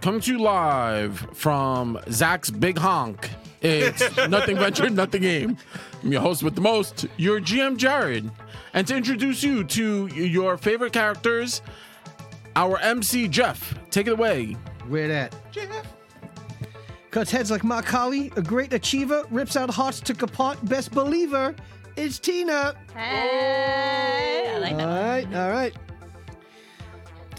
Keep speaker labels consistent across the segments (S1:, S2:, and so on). S1: Coming to you live from Zach's Big Honk. It's Nothing Venture, Nothing Game. I'm your host with the most, your GM Jared. And to introduce you to your favorite characters, our MC Jeff. Take it away.
S2: Where that?
S3: Jeff.
S2: Cuts heads like Makali, a great achiever, rips out hearts to Kapot, best believer. It's Tina.
S4: Hey, I like
S2: All
S4: that.
S2: right, all right.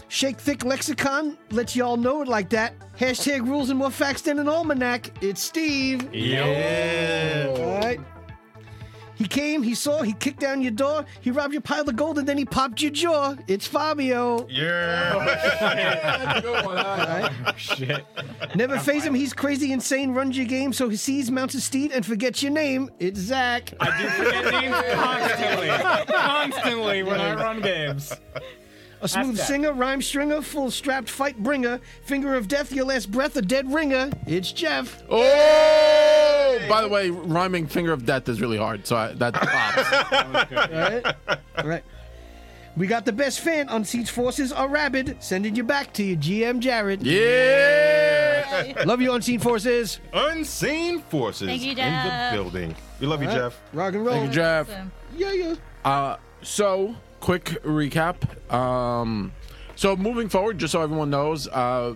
S2: Shake thick lexicon, let y'all know it like that. Hashtag rules and more facts than an almanac. It's Steve.
S3: Yeah.
S2: All right. He came, he saw, he kicked down your door, he robbed your pile of gold, and then he popped your jaw. It's Fabio.
S5: Shit.
S2: Never phase him, he's crazy, insane, runs your game, so he sees, mounts his steed, and forgets your name. It's Zach.
S5: I do forget names constantly. Constantly when I run games.
S2: A smooth
S5: that.
S2: singer, rhyme stringer, full strapped fight bringer, finger of death, your last breath, a dead ringer. It's Jeff.
S1: Oh! By the way, rhyming finger of death is really hard, so I, that pops.
S2: Alright? Alright. We got the best fan. Unseats forces are rabid. Sending you back to your GM Jared.
S1: yeah!
S2: Love you, Unseen Forces.
S3: Unseen forces
S4: Thank you,
S3: in the
S4: Jeff.
S3: building. We love you, Jeff.
S2: Rock and roll.
S1: Thank you, Jeff.
S2: Yeah, yeah.
S1: Uh, so quick recap. Um, so moving forward, just so everyone knows, uh,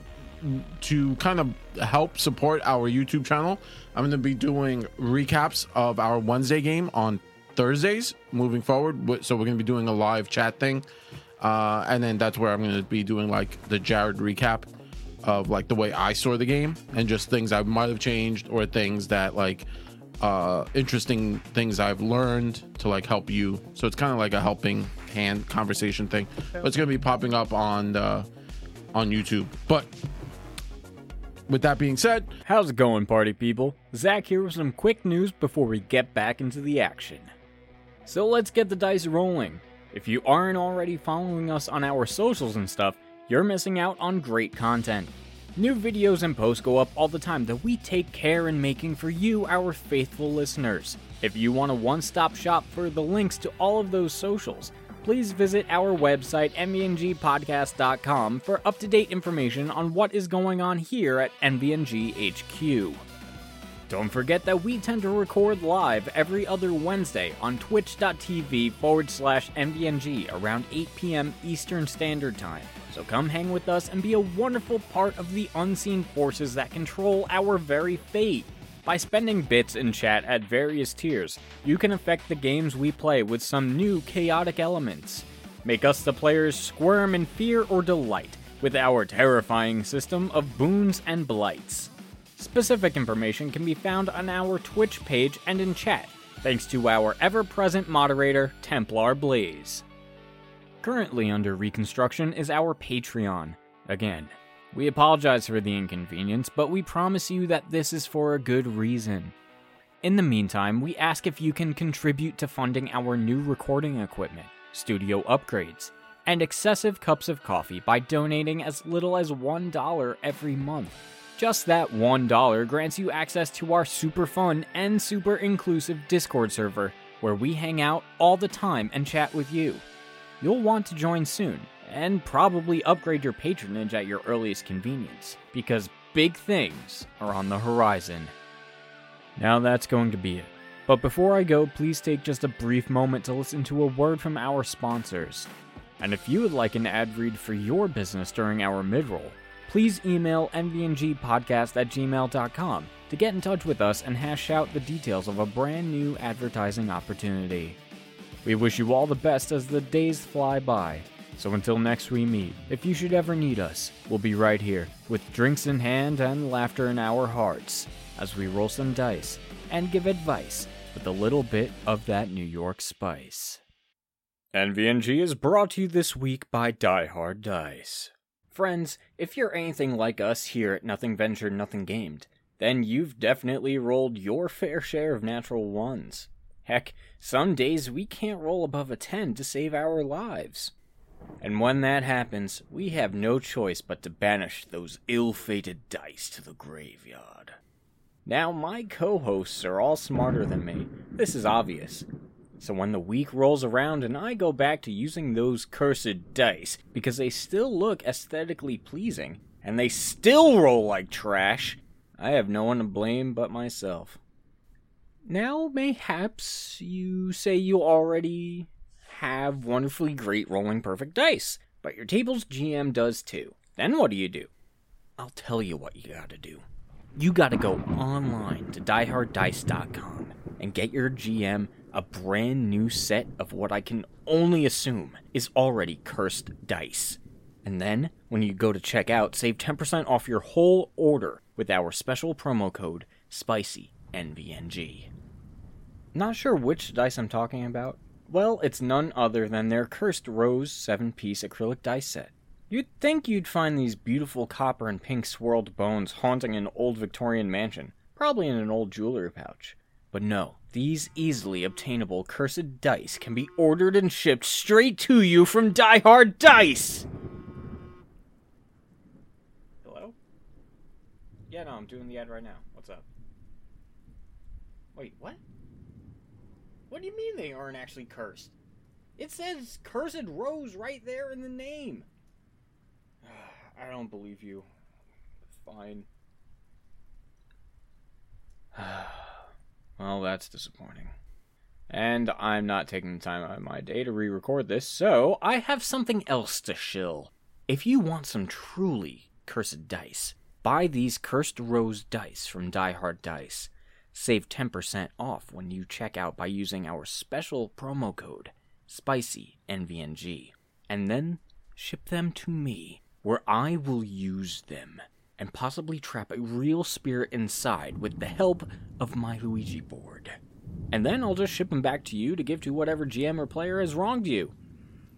S1: to kind of help support our YouTube channel, I'm going to be doing recaps of our Wednesday game on Thursdays moving forward. Wh- So we're going to be doing a live chat thing, uh, and then that's where I'm going to be doing like the Jared recap of like the way I saw the game and just things I might have changed or things that like uh interesting things I've learned to like help you. So it's kind of like a helping hand conversation thing. But it's going to be popping up on the on YouTube. But with that being said,
S5: How's it going, party people? Zach here with some quick news before we get back into the action. So let's get the dice rolling. If you aren't already following us on our socials and stuff, you're missing out on great content. New videos and posts go up all the time that we take care in making for you, our faithful listeners. If you want a one stop shop for the links to all of those socials, please visit our website, E mvngpodcast.com, for up to date information on what is going on here at E MVNG HQ. Don't forget that we tend to record live every other Wednesday on twitch.tv forward slash MVNG around 8 p.m. Eastern Standard Time. So come hang with us and be a wonderful part of the unseen forces that control our very fate. By spending bits in chat at various tiers, you can affect the games we play with some new chaotic elements. Make us the players squirm in fear or delight with our terrifying system of boons and blights. Specific information can be found on our Twitch page and in chat, thanks to our ever present moderator, Templar Blaze. Currently under reconstruction is our Patreon. Again, we apologize for the inconvenience, but we promise you that this is for a good reason. In the meantime, we ask if you can contribute to funding our new recording equipment, studio upgrades, and excessive cups of coffee by donating as little as $1 every month. Just that $1 grants you access to our super fun and super inclusive Discord server where we hang out all the time and chat with you. You'll want to join soon and probably upgrade your patronage at your earliest convenience because big things are on the horizon. Now that's going to be it. But before I go, please take just a brief moment to listen to a word from our sponsors. And if you would like an ad read for your business during our midroll, please email nvngpodcast at gmail.com to get in touch with us and hash out the details of a brand new advertising opportunity. We wish you all the best as the days fly by. So until next we meet, if you should ever need us, we'll be right here with drinks in hand and laughter in our hearts as we roll some dice and give advice with a little bit of that New York spice. NVNG is brought to you this week by Die Hard Dice. Friends, if you're anything like us here at Nothing Ventured, Nothing Gamed, then you've definitely rolled your fair share of natural ones. Heck, some days we can't roll above a 10 to save our lives. And when that happens, we have no choice but to banish those ill fated dice to the graveyard. Now, my co hosts are all smarter than me. This is obvious. So when the week rolls around and I go back to using those cursed dice because they still look aesthetically pleasing and they still roll like trash, I have no one to blame but myself. Now, mayhaps you say you already have wonderfully great rolling perfect dice, but your table's GM does too. Then what do you do? I'll tell you what you gotta do. You gotta go online to dieharddice.com and get your GM a brand new set of what I can only assume is already cursed dice. And then, when you go to check out, save 10% off your whole order with our special promo code SPICYNVNG. Not sure which dice I'm talking about? Well, it's none other than their cursed rose 7 piece acrylic dice set. You'd think you'd find these beautiful copper and pink swirled bones haunting an old Victorian mansion, probably in an old jewelry pouch. But no, these easily obtainable cursed dice can be ordered and shipped straight to you from Die Hard Dice! Hello? Yeah, no, I'm doing the ad right now. What's up? Wait, what? What do you mean they aren't actually cursed? It says cursed rose right there in the name. I don't believe you. Fine. well, that's disappointing. And I'm not taking the time out of my day to re record this, so I have something else to shill. If you want some truly cursed dice, buy these Cursed Rose dice from Die Hard Dice. Save 10% off when you check out by using our special promo code SPICYNVNG. And then ship them to me, where I will use them and possibly trap a real spirit inside with the help of my Luigi board. And then I'll just ship them back to you to give to whatever GM or player has wronged you.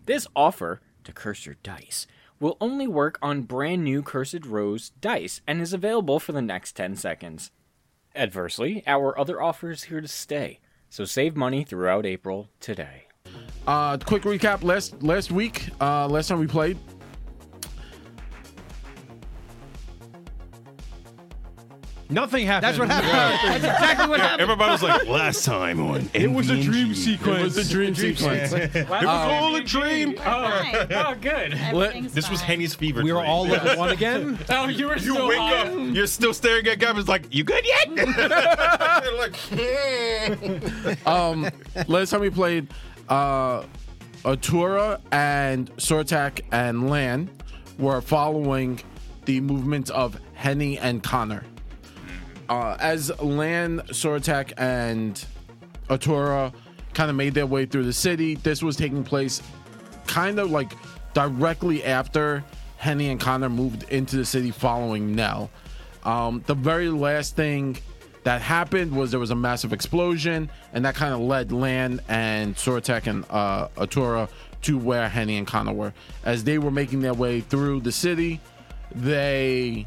S5: This offer to curse your dice will only work on brand new Cursed Rose dice and is available for the next 10 seconds. Adversely, our other offer is here to stay, so save money throughout April today.
S1: Uh, quick recap last last week, uh, last time we played.
S6: Nothing happened.
S2: That's what happened. That's exactly what
S4: Um,
S2: happened.
S3: Everybody was like, last time on.
S6: It was a dream
S1: It was
S6: sequence.
S1: the dream sequence.
S5: Wow.
S3: all a dream.
S4: Fine.
S5: Oh, good.
S4: Everything's
S3: This was
S4: fine.
S3: Henny's fever.
S6: We were
S3: dream.
S6: all level one again.
S5: Oh, you were
S3: You
S5: so
S3: wake
S5: high.
S3: up, you're still staring at Gavin's like, you good yet? like, hmm.
S1: Um, last time we played, uh, Atura and Sortak and Lan were following the movements of Henny and Connor. Uh, as Lan, Sortak, and Atura kind of made their way through the city, this was taking place kind of like directly after Henny and Connor moved into the city following Nell. Um, the very last thing that happened was there was a massive explosion, and that kind of led Lan and Sortek and uh, Atura to where Henny and Connor were. As they were making their way through the city, they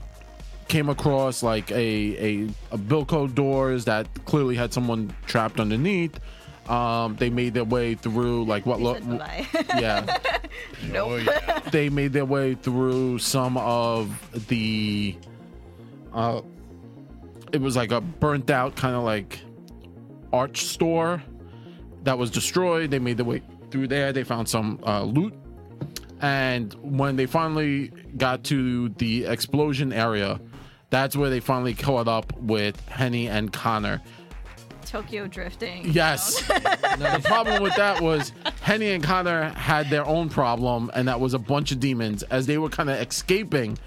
S1: came across like a, a a Bilko doors that clearly had someone trapped underneath. Um, they made their way through like what
S4: Said
S1: lo-
S4: bye-bye.
S1: yeah they made their way through some of the uh it was like a burnt out kind of like arch store that was destroyed they made their way through there they found some uh, loot and when they finally got to the explosion area that's where they finally caught up with henny and connor
S4: Tokyo drifting.
S1: Yes. the problem with that was Henny and Connor had their own problem, and that was a bunch of demons. As they were kind of escaping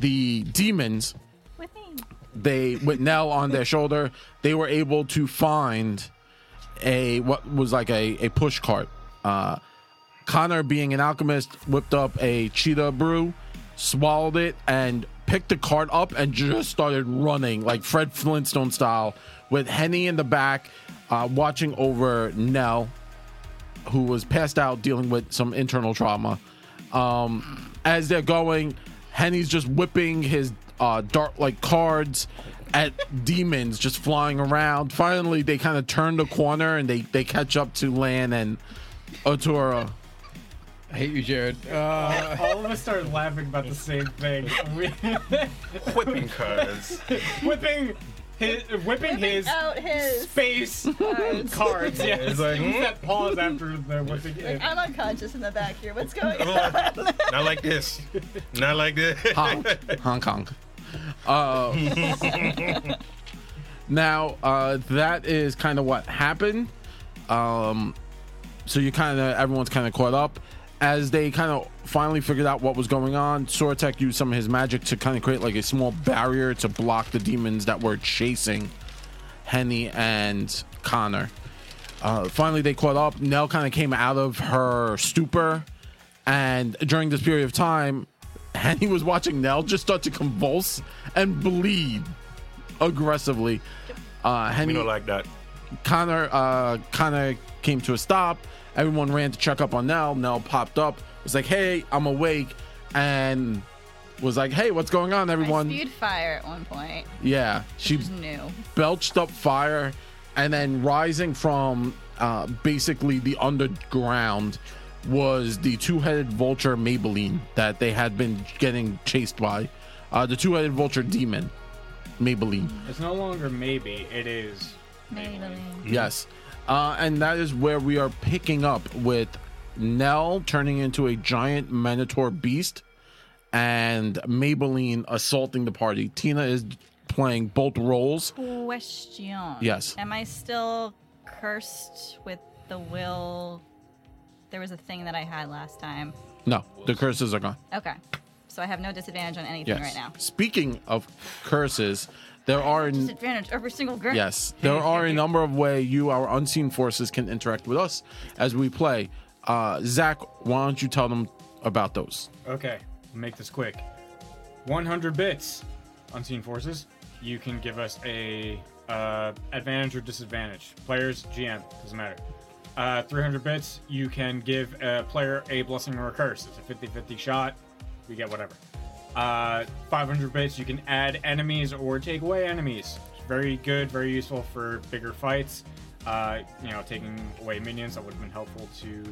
S1: the demons,
S4: With me.
S1: they with Nell on their shoulder, they were able to find a what was like a, a push cart. Uh, Connor, being an alchemist, whipped up a cheetah brew, swallowed it, and picked the cart up and just started running like Fred Flintstone style, with Henny in the back, uh, watching over Nell, who was passed out dealing with some internal trauma. Um, as they're going, Henny's just whipping his uh, dart like cards at demons just flying around. Finally, they kind of turn the corner and they, they catch up to Lan and Otora.
S6: I hate you, Jared. Uh,
S5: All of us started laughing about the same thing. We-
S3: whipping cuz.
S5: Whipping
S7: his, whipping
S4: Whipping
S7: his
S4: out Oh, his
S7: space
S4: cards.
S7: cards. Hmm? Yeah,
S8: It's like,
S7: Use that pause after the whipping.
S4: Like, I'm unconscious in the back here. What's going on?
S8: Not like this. Not like this.
S1: Honk. Hong Kong. Uh, now, uh, that is kind of what happened. Um, so you kind of, everyone's kind of caught up. As they kind of finally figured out what was going on, Sortek used some of his magic to kind of create like a small barrier to block the demons that were chasing Henny and Connor. Uh, finally, they caught up. Nell kind of came out of her stupor. And during this period of time, Henny was watching Nell just start to convulse and bleed aggressively. Uh,
S8: We
S1: Henny,
S8: don't like that.
S1: Connor, uh, Connor came to a stop. Everyone ran to check up on Nell. Nell popped up, was like, "Hey, I'm awake," and was like, "Hey, what's going on,
S4: I
S1: everyone?"
S4: spewed fire at one point.
S1: Yeah, she
S4: Who's new?
S1: belched up fire and then rising from uh, basically the underground was the two-headed vulture Maybelline that they had been getting chased by. Uh, the two-headed vulture demon, Maybelline.
S9: It's no longer maybe. It is.
S4: Maybelline.
S1: Yes. Uh, and that is where we are picking up with Nell turning into a giant Minotaur beast and Maybelline assaulting the party. Tina is playing both roles.
S4: Question.
S1: Yes.
S4: Am I still cursed with the will? There was a thing that I had last time.
S1: No, the curses are gone.
S4: Okay. So I have no disadvantage on anything
S1: Yes.
S4: right now.
S1: Speaking of curses, there are
S4: Disadvantage every single girl.
S1: yes, there are a number of way you, our unseen forces, can interact with us as we play. Uh, Zach, why don't you tell them about those?
S9: Okay, make this quick. 100 bits, Unseen Forces. You can give us a uh, advantage or disadvantage. Players, GM, doesn't matter. Uh, 300 bits, you can give a player a blessing or a curse. It's a 50 50 shot. You get whatever. Uh, 500 bits, you can add enemies or take away enemies. It's very good, very useful for bigger fights. Uh, you know, taking away minions, that would have been helpful to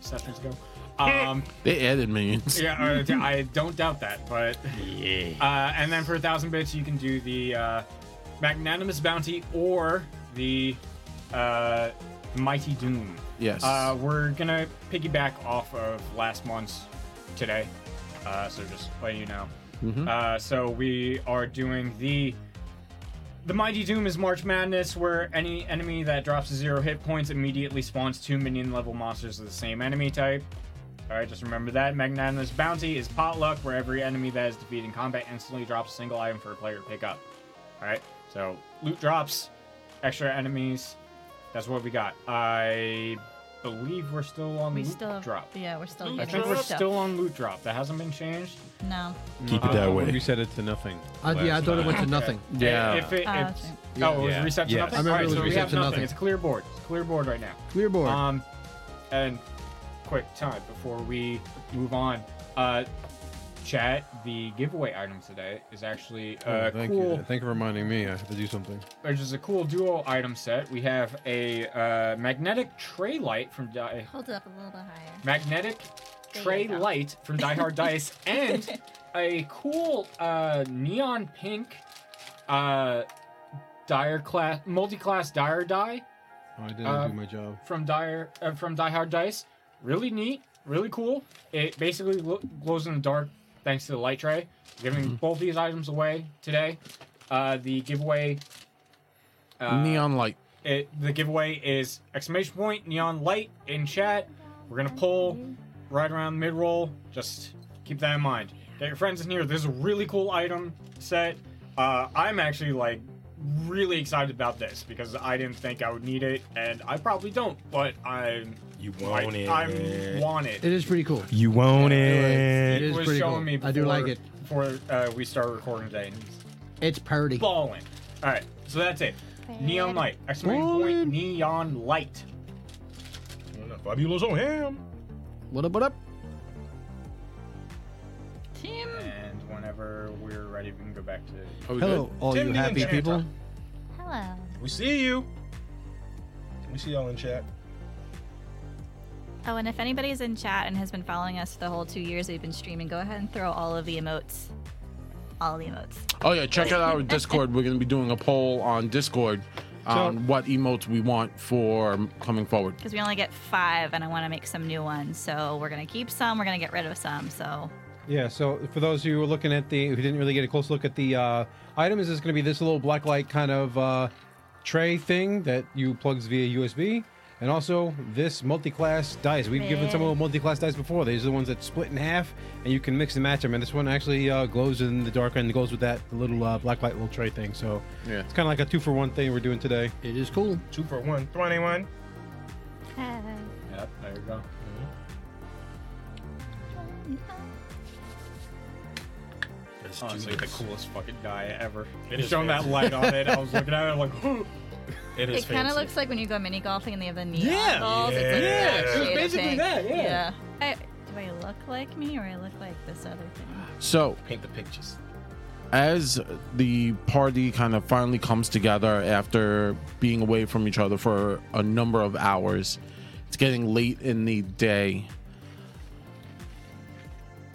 S9: sessions ago. Um,
S1: They added minions.
S9: yeah, uh, I don't doubt that, but uh, and then for a thousand bits, you can do the uh, magnanimous bounty or the uh, mighty doom.
S1: Yes.
S9: Uh, we're gonna piggyback off of last month's today, uh, so just letting you know. Uh, so we are doing the the mighty doom is March Madness, where any enemy that drops to zero hit points immediately spawns two minion level monsters of the same enemy type. All right, just remember that. Magnanimous Bounty is potluck, where every enemy that is defeated in combat instantly drops a single item for a player to pick up. All right, so loot drops, extra enemies. That's what we got. I believe we're still on
S4: We
S9: loot
S4: still.
S9: drop.
S4: Yeah, we're still
S9: I
S4: getting
S9: think we're
S4: stuff.
S9: still on loot drop. That hasn't been changed.
S4: No.
S6: Keep
S9: it that way.
S6: You said it to nothing.
S2: I, yeah, I
S6: last
S2: thought it
S6: time.
S2: went to nothing.
S1: Yeah.
S9: If it,
S4: Oh,
S9: it's-
S4: that's right.
S9: oh, it was
S6: Yeah.
S9: reset to
S6: Yes.
S9: nothing.
S6: I
S9: All
S6: remember
S9: right,
S6: it was
S9: so we
S6: reset
S9: have
S2: to
S9: nothing.
S2: nothing.
S9: It's clear board. It's clear board right now.
S2: Clear board.
S9: Um, and quick time before we move on. Uh, chat. The giveaway item today is actually
S6: Oh,
S9: a
S6: thank
S9: cool.
S6: you. Thank you for reminding me. I have to do something.
S9: Which is a cool duo item set. We have a uh, magnetic tray light from Die.
S4: Hold it up a little bit higher.
S9: Magnetic
S4: There
S9: tray
S4: you go.
S9: light from Die Hard Dice and a cool uh, neon pink uh, dire class multi-class dire die
S6: Oh, I didn't
S9: Uh,
S6: do my job.
S9: from Dire uh, from Die Hard Dice. Really neat, really cool. It basically gl- glows in the dark thanks to the light tray. Giving both these items away today. Uh, the giveaway. Uh,
S1: Neon light.
S9: It, the giveaway is exclamation point neon light in chat. We're gonna pull right around mid roll. Just keep that in mind. Get your friends in here. This is a really cool item set. Uh, I'm actually like really excited about this because I didn't think I would need it, and I probably don't, but I'm
S8: You
S9: I,
S8: want it.
S9: I'm want it.
S2: it is pretty cool.
S8: You want
S2: It
S8: it.
S2: is
S9: was
S2: pretty
S9: showing
S2: cool.
S9: me. Before,
S2: I do like it.
S9: Before uh, we start recording today, and he's
S2: It's parody.
S9: balling. All right, so that's it. Neon light. Exclamation point. Neon light.
S8: Fabuloso ham.
S2: What up? What up?
S4: Team.
S9: And whenever we're ready, we can go back to.
S1: Are we
S2: Hello, all
S8: Tim
S2: you
S8: the
S2: happy
S8: Enchanter.
S2: people.
S4: Hello.
S8: We see you. We see y'all in chat.
S4: Oh, and if anybody's in chat and has been following us the whole two years we've been streaming, go ahead and throw all of the emotes. All the emotes.
S1: good? Oh yeah, check out our Discord. We're gonna be doing a poll on Discord on what emotes we want for coming forward.
S4: Because we only get five, and I want to make some new ones. So we're gonna keep some. We're gonna get rid of some. So
S6: Yeah, so for those who were looking at the who didn't really get a close look at the uh, items, it's going to be this little black light kind of uh, tray thing that you plugs via USB, and also this multi-class dice. We've given some of the multi-class dice before. These are the ones that split in half, and you can mix and match them. And this one actually uh, glows in the dark and goes with that little uh, black light little tray thing. So
S1: Yeah.
S6: it's kind of like a two for one thing we're doing today.
S2: It is cool.
S9: Two for one. 21.
S4: Hey.
S9: Yep, there you go.
S8: Mm-hmm. That's
S9: Honestly, the
S8: genius.
S9: coolest fucking guy ever.
S8: It is
S9: Showing that
S8: fancy.
S9: light on it, I was looking at it like,
S8: It is
S4: It kind of
S8: fancy.
S4: looks like when you go mini golfing and they have the neon
S9: Yeah.
S4: balls. It's like
S9: Yeah.
S4: that
S9: It was
S4: shade of
S9: basically
S4: pink.
S9: that, yeah.
S4: I, do I look like me or I look like this other thing?
S1: So
S8: Paint the pictures.
S1: as the party kind of finally comes together after being away from each other for a number of hours, it's getting late in the day.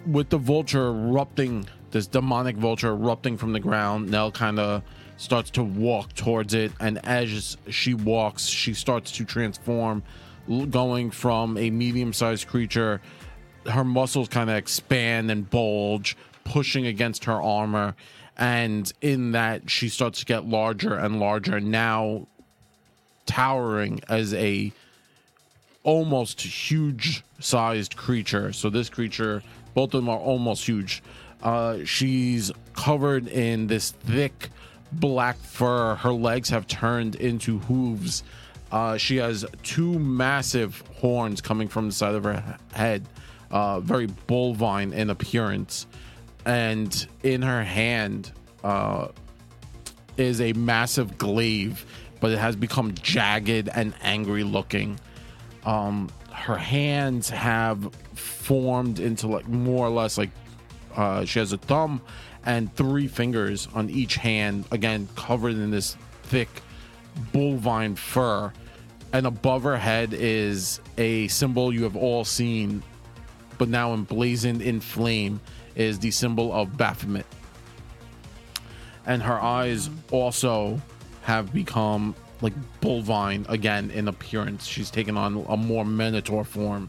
S1: With the vulture erupting, this demonic vulture erupting from the ground, Nell kind of starts to walk towards it. And as she walks, she starts to transform, l- going from a medium sized creature her muscles kind of expand and bulge, pushing against her armor. And in that, she starts to get larger and larger, now towering as a almost huge sized creature. So this creature, both of them are almost huge. Uh, she's covered in this thick black fur. Her legs have turned into hooves. Uh, she has two massive horns coming from the side of her he- head, uh, very bovine in appearance. And in her hand, uh, is a massive glaive, but it has become jagged and angry looking. Um, her hands have formed into like more or less like uh, she has a thumb and three fingers on each hand, again covered in this thick bovine fur. And above her head is a symbol you have all seen, but now emblazoned in flame is the symbol of Baphomet and her eyes also have become like bovine again in appearance. She's taken on a more minotaur form,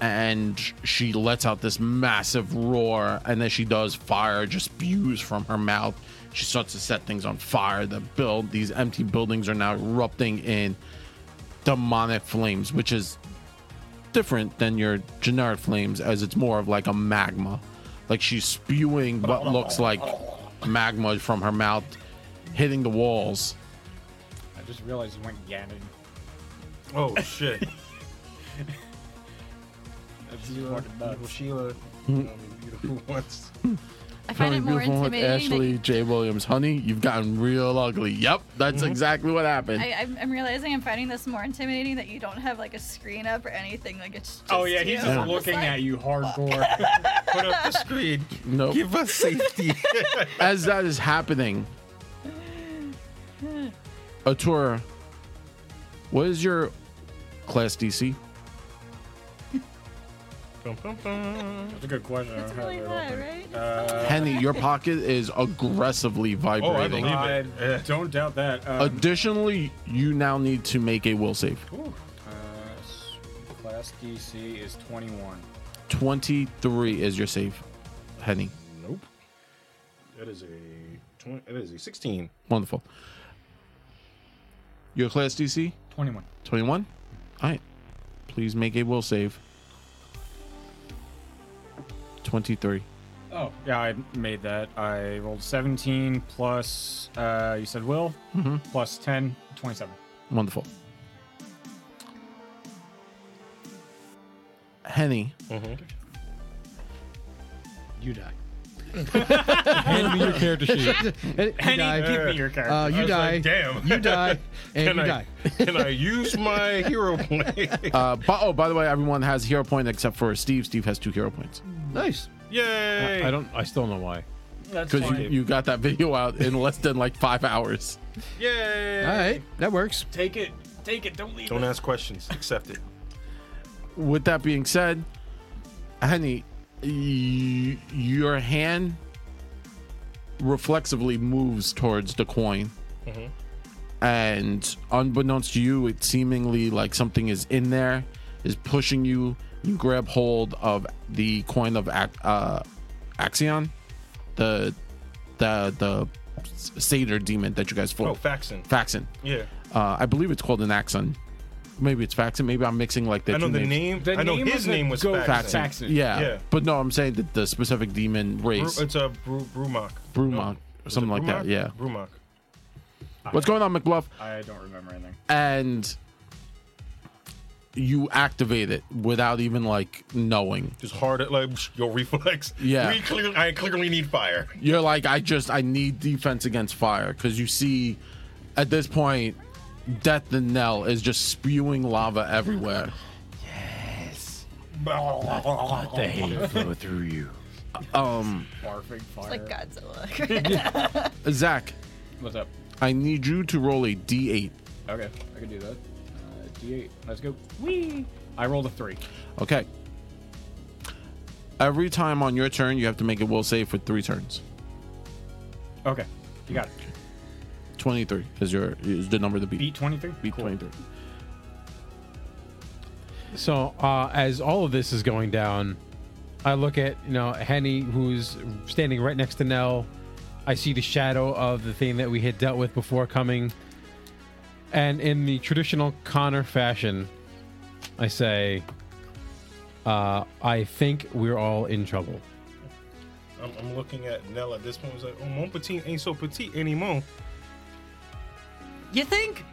S1: and she lets out this massive roar. And as she does, fire just spews from her mouth. She starts to set things on fire. The build these empty buildings are now erupting in demonic flames, which is different than your generic flames, as it's more of like a magma. Like she's spewing what looks like magma from her mouth, hitting the walls.
S9: I just realized you went Ganon.
S8: Oh shit.
S9: That's fucking nuts.
S6: Sheila, beautiful ones.
S4: I find it more
S1: Beautiful with
S4: intimidating. that-
S1: Ashley J. Williams, honey, you've gotten real ugly. Yep, that's exactly what happened.
S4: Mm-hmm. I, I'm, I'm realizing I'm finding this more intimidating that you don't have like a screen up or anything. Like it's just
S9: Oh yeah, he's
S4: you.
S9: just looking at you hardcore.
S8: Put up the screen.
S1: Nope.
S8: Give us safety.
S1: As that is happening, Atura, what is your class DC?
S9: That's a good question. I
S4: It's
S9: don't
S4: really
S9: have it
S4: high,
S9: open.
S4: right?
S9: Uh,
S1: Henny, your pocket is aggressively
S8: Oh, I
S1: vibrating.
S8: believe
S9: I
S8: it. Yeah.
S9: don't doubt that. Um,
S1: Additionally, you now need to make a will save.
S9: Ooh. Uh, s- class DC is 21.
S1: 23 is your save, Henny.
S8: Nope. That is a twenty. That is a sixteen.
S1: Wonderful. Your class DC?
S9: 21.
S1: 21? Alright. Please make a will save. 23.
S9: Oh, yeah, I made that. I rolled 17 plus, uh, you said Will, plus 10, 27.
S1: Wonderful. Henny,
S2: You die.
S6: Hand me your character sheet.
S2: You
S9: Henny,
S2: die.
S9: give me your character.
S2: Uh, you
S8: was
S2: die.
S8: like, damn.
S2: You die. And
S8: Can
S2: you
S8: I,
S2: die.
S8: can I use my hero point?
S1: uh, bu- oh, by the way, everyone has hero point except for Steve. Steve has two hero points
S2: Nice.
S8: Yay!
S6: I don't. I still don't know why.
S9: That's
S1: because you, you got that video out in less than like five hours.
S8: Yay!
S2: All right. That works.
S9: Take it. Take it. Don't leave
S8: Don't ask questions. Accept it.
S1: With that being said, Henny, y- your hand reflexively moves towards the coin.
S8: Mm-hmm.
S1: And unbeknownst to you, it seemingly like something is in there, is pushing you. You grab hold of the coin of Ac- uh, Axion, the the the satyr demon that you guys fought.
S8: Oh, faxing.
S1: Faxon.
S8: Yeah.
S1: Uh, I believe it's called an Axon. Maybe it's Faxon. Maybe I'm mixing like the
S8: I know
S1: two
S8: the
S1: names.
S8: name.
S9: The
S8: I know
S9: name
S8: his
S9: of the
S8: name was
S9: goat-
S8: Faxon.
S9: Faxon.
S1: Yeah.
S8: Yeah.
S1: But no, I'm saying that the specific demon
S8: Bru-
S1: race,
S8: It's a Bru- Brumok.
S1: Brumok, or something like that. Yeah.
S8: Brumok.
S1: What's going on, McBluff?
S9: I don't remember anything.
S1: And you activate it without even like knowing.
S8: Just hard at like your reflex.
S1: Yeah.
S8: We clearly, I clearly need fire.
S1: You're like, I just I need defense against fire because you see, at this point, Death and Nell is just spewing lava everywhere.
S3: flow through you.
S1: Um,
S9: Barfing fire.
S4: Like Godzilla.
S1: Zach,
S9: What's up?
S1: I need you to roll a D8.
S9: Okay, I can do that. Uh, D8. Let's go. Whee! I rolled a three.
S1: Okay. Every time on your turn, you have to make a will save for three turns.
S9: Okay, you got it.
S1: 23 is your is the number to beat.
S9: Beat 23?
S1: Beat 23.
S6: So uh, as all of this is going down, I look at you know Henny, who's standing right next to Nell. I see the shadow of the thing that we had dealt with before coming, and in the traditional Connor fashion, I say, uh, "I think we're all in trouble."
S8: I'm, I'm looking at Nell at this point. It's like, oh, mon petit ain't so petit anymore.
S9: You think?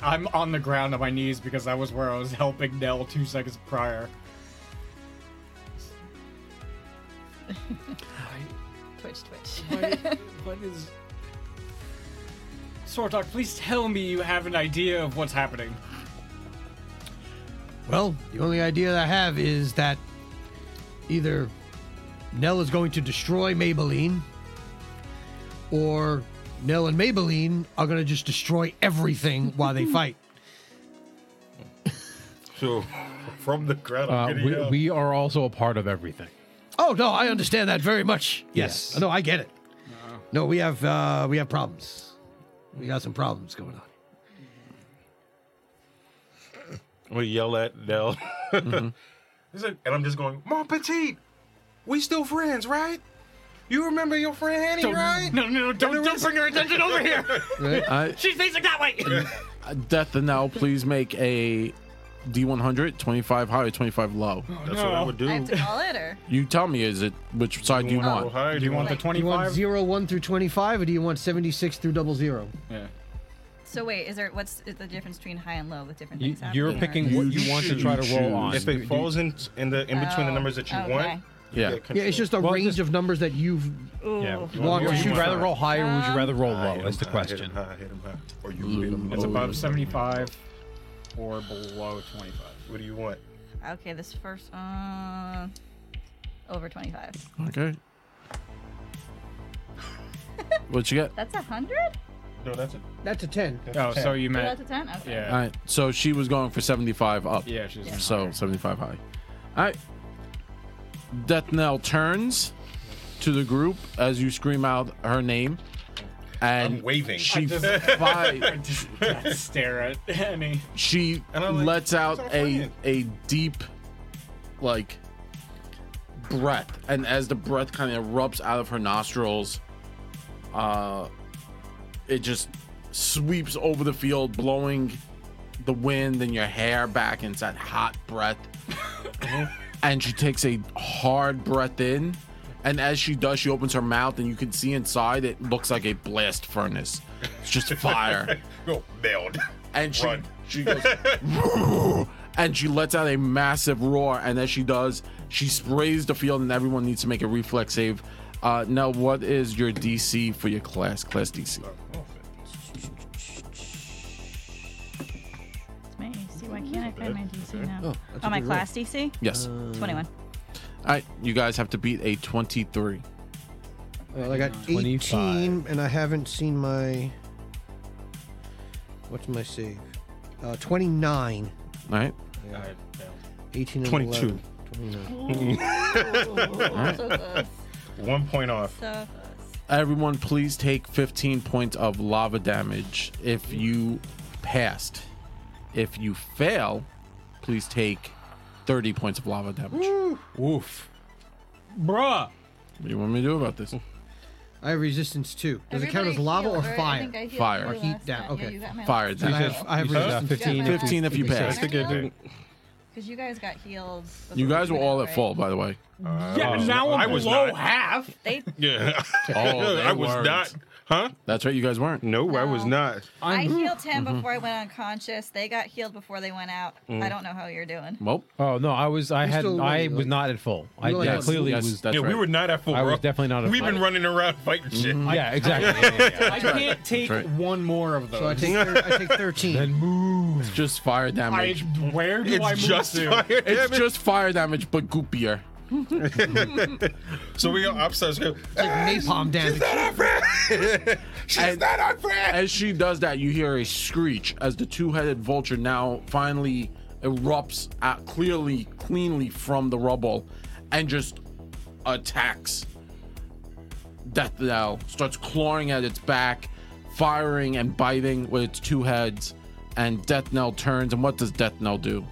S9: I'm on the ground on my knees because that was where I was helping Nell two seconds prior.
S4: twitch, twitch.
S9: What, what is. Sortok, please tell me you have an idea of what's happening.
S2: Well, the only idea I have is that either Nell is going to destroy Maybelline, or Nell and Maybelline are going to just destroy everything while they fight.
S8: So from the ground, I'm
S6: Uh,
S8: getting
S6: we,
S8: up.
S6: we are also a part of everything.
S2: Oh no, I understand that very much. Yes,
S6: Yes.
S2: no, I get it. No, we have uh, we have problems. We got some problems going on.
S8: We yell at Nell. Mm-hmm. It's like- and I'm just going, Mon Petit, we still friends, right? You remember your friend Annie, right?
S9: No, no, no, don't, don't bring her attention over here!
S1: Uh,
S9: She's facing that way!
S1: Death and Nell, please make a D100, 25 high or 25 low.
S8: That's what I would do. Oh,
S4: I have to call it, or
S1: You tell me, is it which side do you
S8: wanna go
S1: want?
S8: high,
S9: Do you want the 25?
S2: Do you want zero one through twenty five, or do you want seventy six through double zero?
S9: Yeah.
S4: so wait. Is there what's is the difference between high and low with different
S6: You,
S4: things happening?
S6: you're
S4: or-
S6: picking what you want to try to roll on.
S8: If it falls in, in the in between the
S4: Oh,
S8: numbers that you
S4: okay.
S8: want, you
S1: Yeah.
S8: get
S2: Yeah, it's
S8: control.
S2: just a
S6: Well,
S2: range
S6: just-
S2: of numbers that you've.
S6: Yeah.
S2: Long
S6: Would you
S2: range.
S6: rather roll high or would you
S4: Um,
S6: rather roll low?
S8: Hit him
S6: That's the
S8: high, hit him
S6: question.
S8: high, hit him high. Or you hit him Oh.
S9: It's
S8: low.
S9: above 75 or below 25.
S8: What do you want?
S4: Okay, this first uh, over twenty-five.
S1: Okay. What you get?
S4: That's a hundred.
S8: No, that's it.
S2: That's a ten.
S9: Oh, so you
S4: Oh, that's
S9: meant.
S4: a ten. Okay.
S1: All
S9: Yeah.
S1: right. So she was going for 75 up.
S9: Yeah, she's.
S1: So 75 high. All right. Death Knell turns to the group as you scream out her name. And
S8: I'm waving.
S1: She,
S9: just- I
S1: fi-
S9: just can't stare at any.
S1: she
S8: And I'm like,
S1: lets out
S8: "It's all
S1: a,
S8: fine."
S1: a deep, like, breath. And as the breath kind of erupts out of her nostrils, uh, it just sweeps over the field, blowing the wind and your hair back into that hot breath. and she takes a hard breath in. And as she does, she opens her mouth, and you can see inside it looks like a blast furnace. It's just fire.
S8: Go nailed.
S1: And she,
S8: Run.
S1: she goes, and she lets out a massive roar. And as she does, she sprays the field, and everyone needs to make a reflex save. Uh, now, what is your DC for your class? Class DC.
S4: It's me. See, why can't I find
S8: bad.
S4: my DC now? Oh, my class DC.
S1: Yes.
S2: Uh,
S4: Twenty-one.
S1: All right, you guys have to beat a 23.
S2: Well, Uh, I got 18,
S6: 25.
S2: and I haven't seen my. What's my save? Uh, 29.
S1: All right.
S2: 18 and
S8: 22.
S2: 11. 29.
S4: so close.
S8: One point off.
S4: So close.
S1: Everyone, please take 15 points of lava damage if you passed. If you fail, please take 30 points of lava damage.
S6: Oof.
S9: Bruh.
S1: What do you want me to do about this?
S2: I have resistance two. Does it count
S4: Everybody
S2: as lava
S4: heal,
S2: or
S4: right? I
S2: fire?
S4: think I healed
S1: Fire.
S4: you
S1: Or
S4: last
S2: heat
S4: time.
S2: down,
S4: Yeah,
S2: okay.
S4: you got my
S1: Fire
S4: last
S1: damage.
S4: time.
S2: I have, I have
S6: You said, uh,
S2: resistance.
S6: 15.
S4: Yeah,
S1: 15 if you
S4: Did
S1: pass.
S4: guys heal? Cause you guys got healed.
S1: You
S4: before
S1: guys
S4: we
S1: were
S4: went
S1: all
S4: in,
S1: at
S4: right?
S1: fault, by the way.
S9: Yeah, now I'm
S8: I was
S9: below
S8: not.
S9: half.
S4: They,
S8: Yeah.
S1: Oh, they
S8: I was
S1: weren't.
S8: not. Huh?
S1: That's right, you guys weren't.
S8: No, I was
S4: No.
S8: not.
S4: I healed him before I went unconscious. They got healed before they went out. I don't know how you're doing.
S1: Well,
S6: Oh no, I was. I
S2: You're
S6: had.
S2: still
S6: I
S2: loaded,
S6: was
S2: though.
S6: not at full. I,
S2: You're
S6: I
S2: like-
S6: clearly
S1: yes,
S6: was.
S1: that's
S8: yeah,
S1: right.
S8: we were not at full,
S6: I
S8: bro.
S6: was definitely not at
S8: We've
S6: full. Mm-hmm.
S8: been running around fighting shit.
S6: Yeah, exactly. Yeah, yeah, yeah.
S9: I can't take
S1: right.
S9: one more of
S2: So I
S9: those.
S2: take, thir- I take 13.
S6: Then move.
S1: it's just fire
S9: I,
S1: damage.
S9: where do I move
S8: It's just
S9: to?
S8: fire
S1: It's
S8: damage.
S1: just fire damage, but goopier.
S8: So we go upstairs. Go,
S2: like napalm damage.
S8: She's not our friend.
S1: As she does that, you hear a screech as the two-headed vulture now finally erupts out clearly, cleanly from the rubble, and just attacks. Death Knell starts clawing at its back, firing and biting with its two heads, and Death Knell turns. And what does Death Knell do?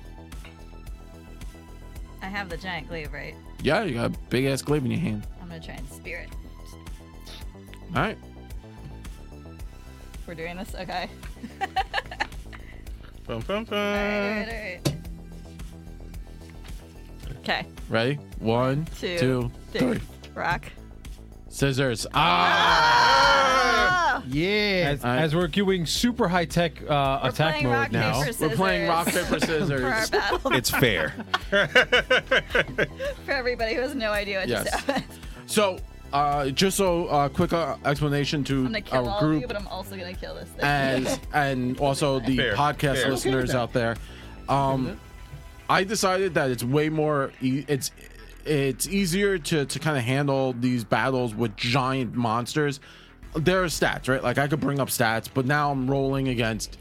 S4: I have the giant glaive, right?
S1: Yeah, you got a big ass glaive in your hand.
S4: I'm gonna try and spear it.
S1: All right,
S4: We're doing this, okay?
S8: Bum, bum,
S4: All right, all
S8: bum.
S4: right, all right. Okay,
S1: ready? One,
S4: Two,
S1: two, three.
S4: three. rock.
S1: Scissors. Ah!
S4: Oh,
S2: Yeah.
S6: As,
S1: I-
S6: as we're doing super high tech uh,
S4: we're
S6: attack
S4: playing
S6: mode
S4: rock
S6: now.
S4: paper
S1: We're playing rock
S4: scissors
S1: paper
S4: for our
S1: scissors.
S4: battle.
S3: It's fair.
S4: for everybody who has no idea what
S1: Yes.
S4: just happened.
S1: So, uh, just so uh, quick uh, explanation to
S4: I'm gonna kill
S1: our
S4: all of
S1: group
S4: you, but I'm also gonna kill this thing.
S1: as and also the
S8: Fair,
S1: podcast
S8: fair.
S1: listeners out there. Um, I decided that it's way more e- it's it's easier to to kind of handle these battles with giant monsters. There are stats, right? Like I could bring up stats, but now I'm rolling against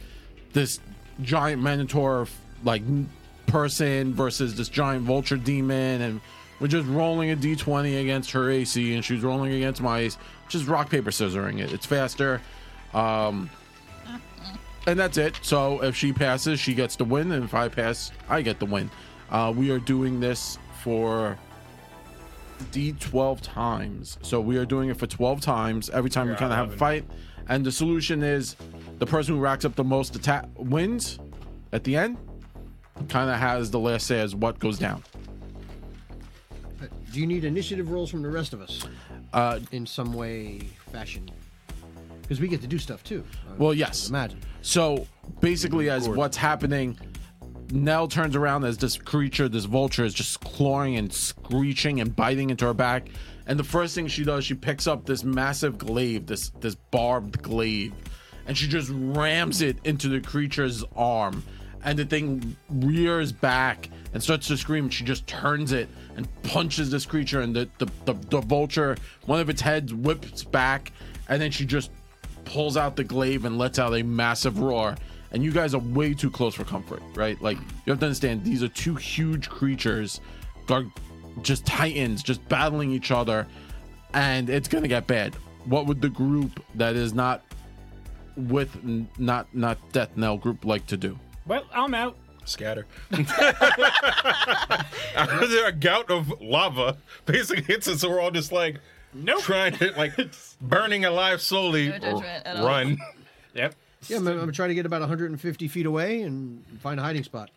S1: this giant minotaur like n- person versus this giant vulture demon and we're just rolling a d20 against her AC and she's rolling against my ace. Just rock paper scissoring it. It's faster. Um, and that's it. So if she passes, she gets the win, and if I pass, I get the win. Uh, we are doing this for D12 times. So we are doing it for 12 times. Every time we kind of have a fight, and the solution is the person who racks up the most attack wins at the end. Kind of has the last say as what goes down.
S2: Do you need initiative rolls from the rest of us
S1: Uh,
S2: in some way, fashion? Because we get to do stuff too. I would
S1: Well, yes.
S2: Imagine.
S1: So basically, as what's happening, Nell turns around as this creature, this vulture, is just clawing and screeching and biting into her back. And the first thing she does, she picks up this massive glaive, this this barbed glaive, and she just rams it into the creature's arm. And the thing rears back and starts to scream. She just turns it and punches this creature, and the the, the, the vulture, one of its heads whips back, and then she just pulls out the glaive and lets out a massive roar. And you guys are way too close for comfort, right? Like you have to understand, these are two huge creatures, gar- just titans, just battling each other, and it's gonna get bad. What would the group that is not with n- not not Death Knell group like to do?
S9: Well, I'm out.
S8: Scatter. There's a gout of lava basically hits us, so we're all just like
S9: Nope.
S8: trying to like burning alive slowly.
S4: No judgment at all.
S8: run.
S9: Yep.
S2: Yeah, I'm, I'm gonna try to get about 150 feet away and find a hiding spot.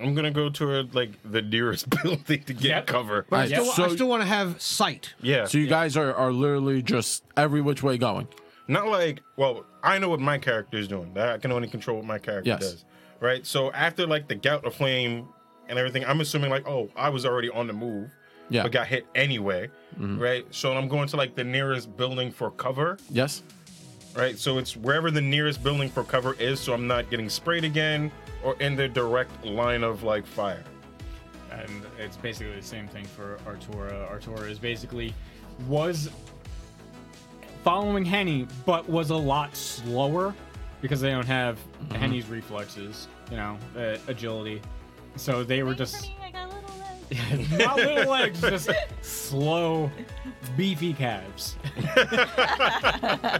S8: I'm gonna go toward like the nearest building to get
S9: Yep.
S8: cover.
S2: But I,
S1: Alright,
S2: still, I
S1: so-
S2: still want to have sight.
S8: Yeah.
S1: So you guys are are literally just every which way going.
S8: not like well i know what my character is doing i can only control what my character
S1: Yes.
S8: does right so after like the gout of flame and everything i'm assuming like oh i was already on the move
S1: Yeah.
S8: but got hit anyway right so i'm going to like the nearest building for cover
S1: Yes.
S8: right so it's wherever the nearest building for cover is so i'm not getting sprayed again or in the direct line of like fire
S9: And it's basically the same thing for Artura. Artura is basically was following Henny, but was a lot slower because they don't have
S6: Mm-hmm.
S9: Henny's reflexes, you know, uh, agility. So they were
S4: Wait for
S9: just
S4: me, I got a little leg.
S9: Not little legs, just slow, beefy calves.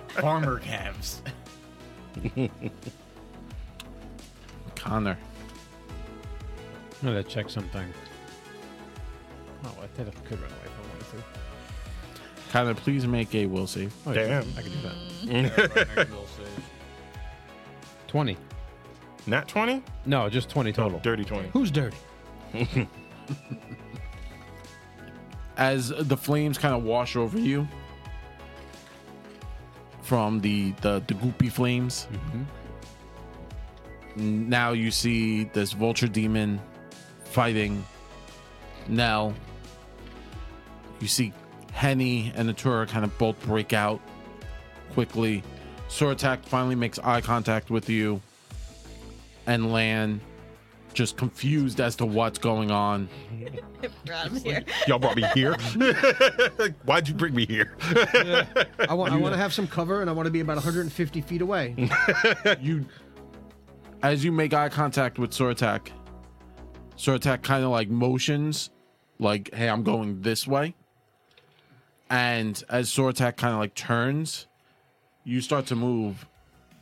S9: Farmer calves.
S1: Connor.
S6: I'm gonna check something.
S9: Oh, I did I could run away if I wanted to.
S1: Connor, please make a will save.
S6: Oh,
S8: Damn.
S6: I can do that.
S9: That's
S6: 20.
S8: Not 20?
S6: No, just 20 total.
S8: Dirty 20.
S2: Who's dirty?
S1: As the flames kind of wash over you from the the, the goopy flames, now you see this vulture demon fighting Nell. You see Henny and Natura kind of both break out quickly. Soratak finally makes eye contact with you, and Lan just confused as to what's going on.
S4: Brought him here.
S8: Y'all brought me here? Why'd you bring me here?
S2: I want I want to have some cover and I want to be about 150 feet away.
S1: you as you make eye contact with Soratak, Soratak kind of like motions like, hey, I'm going this way. And as Soratak kind of like turns, you start to move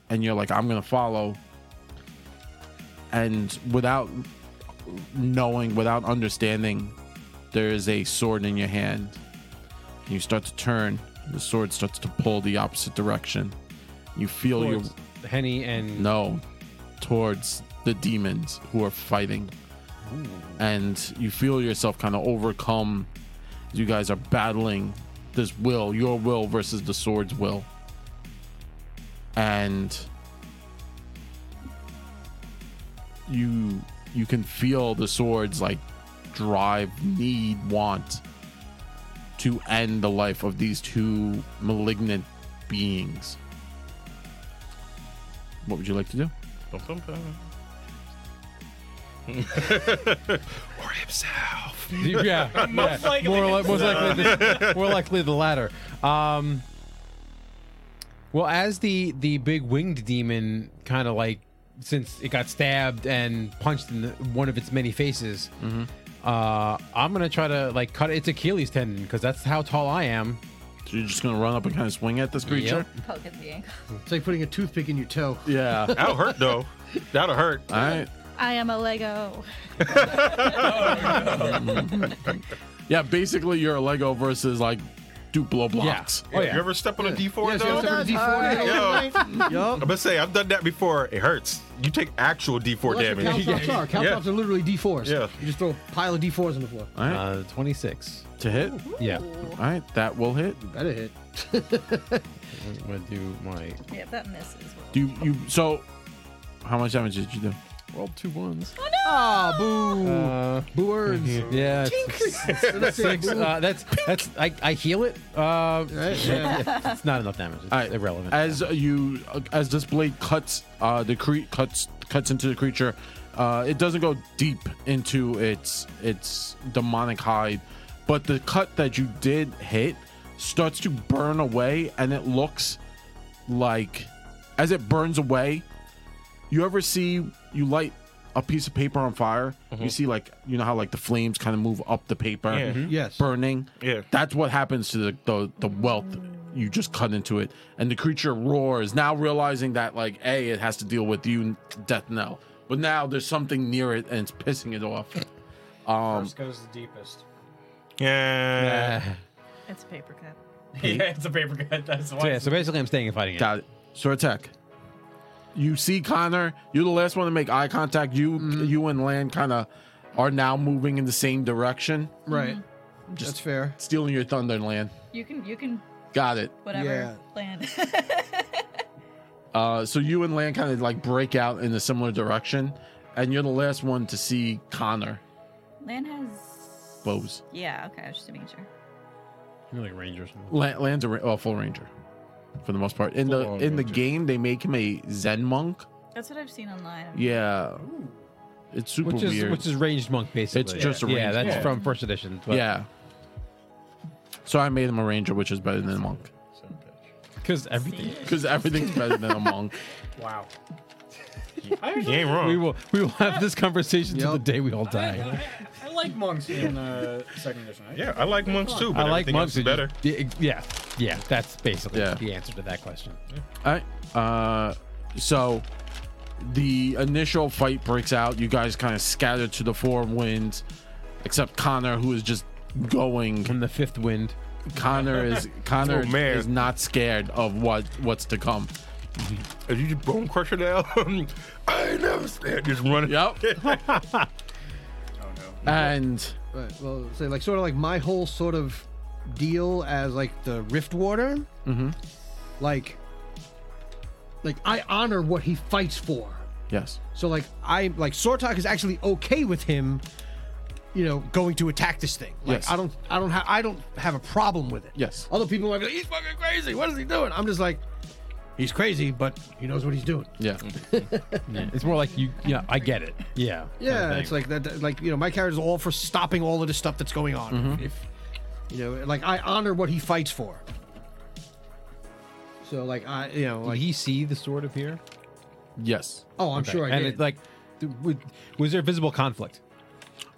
S1: and you're like, I'm gonna follow. And without knowing, without understanding, there is a sword in your hand. And you start to turn, the sword starts to pull the opposite direction. You feel your
S6: Towards Henny and
S1: no, towards the demons who are fighting. And you feel yourself kind of overcome. as You guys are battling this will, your will versus the sword's will. And you you can feel the sword's like drive, need, want to end the life of these two malignant beings. What would you like to do?
S8: Bum, bum, bum. or himself.
S6: yeah, yeah. more, li- most likely the, more likely the latter. Um, well, as the the big winged demon kind of like since it got stabbed and punched in the, one of its many faces, uh, I'm gonna try to like cut its Achilles tendon because that's how tall I am.
S1: So you're just gonna run up and kind of swing at this creature?
S4: Poke at the ankle.
S2: It's like putting a toothpick in your toe.
S1: Yeah.
S8: That'll hurt, though. That'll hurt.
S1: All right.
S4: I am a Lego.
S1: Yeah. Basically, you're a Lego versus like Duplo blocks.
S6: Oh yeah.
S8: You ever step on a D4,
S2: Yes,
S8: though?
S2: yes, yes, D4.
S8: Yo, I'm
S2: Yup.
S8: gonna say I've done that before. It hurts. You take actual D4
S2: Well, that's what
S8: damage.
S2: Caltrops are. Caltrops are literally D4s.
S8: Yeah.
S2: You just throw a pile of D4s on the floor.
S1: All right.
S6: Uh, 26.
S1: to hit.
S6: Yeah.
S1: All right. That will hit.
S2: Better hit.
S6: I'm gonna do my
S4: Yeah, that misses.
S1: Do you, you? So, how much damage did you do? Rolled two ones.
S2: Ah, boo.
S6: uh,
S2: boo words.
S6: yeah. it's-
S2: That's it,
S6: Six.
S2: boo.
S6: Uh, that's that's I, I heal it. Uh,
S2: Right, yeah.
S6: it's not enough damage. It's
S1: All right.
S6: irrelevant.
S1: As you, as this blade cuts, uh, the cre- cuts cuts into the creature. Uh, it doesn't go deep into its its demonic hide, but the cut that you did hit starts to burn away, and it looks like as it burns away. You ever see you light a piece of paper on fire? You see like you know how like the flames kind of move up the paper
S8: Yeah. Mhm.
S2: Yes.
S1: burning.
S8: Yeah.
S1: That's what happens to the, the the wealth you just cut into it. And the creature roars, now realizing that like A, it has to deal with you death knell. But now there's something near it and it's pissing it off. Um
S9: First goes the deepest.
S8: Yeah.
S6: Uh,
S4: It's a paper cup.
S9: Yeah, it's a paper cut. That's
S6: so
S9: why.
S6: yeah, so basically, I'm staying and fighting it.
S1: got it. So attack. You see Connor, you're the last one to make eye contact. You you and Land kinda are now moving in the same direction.
S2: Right.
S1: Just-
S2: That's fair.
S1: Stealing your thunder, Land.
S4: You can, you can,
S1: Got it.
S4: whatever
S2: Yeah.
S4: plan.
S1: Uh, so you and Lan kind of like break out in a similar direction, and you're the last one to see Connor
S4: Lan has.
S1: Bose.
S4: Yeah, okay, I was just making sure.
S6: You're like rangers.
S1: Lan, Lan's a ra- well, oh, full ranger, for the most part. In the
S8: Full-on
S1: in the
S8: ranger.
S1: game, they make him a Zen monk.
S4: That's what I've seen online.
S1: Yeah, it's super
S6: Which is
S1: weird.
S6: which is ranged monk basically.
S1: just a
S6: yeah,
S1: ranged
S6: that's
S1: monk.
S6: from first edition. But,
S1: yeah. So I made him a ranger, which is better than a monk
S6: because everything.
S1: because everything's better than a monk.
S9: wow.
S8: You ain't wrong.
S6: We will we will have this conversation till
S2: Yep.
S6: the day we all die.
S9: I like monks in uh, second edition. Right?
S8: Yeah, I like monks too, but
S6: I like
S8: everything
S6: monks.
S8: else is
S6: it
S8: better.
S6: just- y- Yeah, yeah. That's basically
S1: Yeah.
S6: the answer to that question.
S1: All right. Uh, so the initial fight breaks out. You guys kind of scatter to the four winds, except Connor, who is just going.
S6: From the fifth wind.
S1: Connor is Connor
S8: Oh, man.
S1: is not scared of what what's to come.
S8: If you just bone crusher now, I ain't never scared. Just running.
S1: Yep.
S9: Oh,
S1: and
S2: Right. Well, say like sort of like my whole sort of deal as like the rift warder. Mm-hmm. Like, like I honor what he fights for.
S1: yes,
S2: So like I like Sortok is actually okay with him, you know, going to attack this thing. Like
S1: Yes.
S2: I don't I don't have I don't have a problem with it.
S1: Yes.
S2: Other people might be like, he's fucking crazy. What is he doing? I'm just like, he's crazy, but he knows what he's doing.
S1: yeah,
S4: Mm.
S6: It's more like you. Yeah, I get it. Yeah.
S2: Yeah, it's like that. that- Like you know, my character's all for stopping all of the stuff that's going on. If you know, like I honor what he fights for. So like I, you know,
S6: Did
S2: like
S6: he see the sword appear?
S1: yes.
S2: oh, I'm sure I
S6: and
S2: did.
S6: it like, th- w- was there visible conflict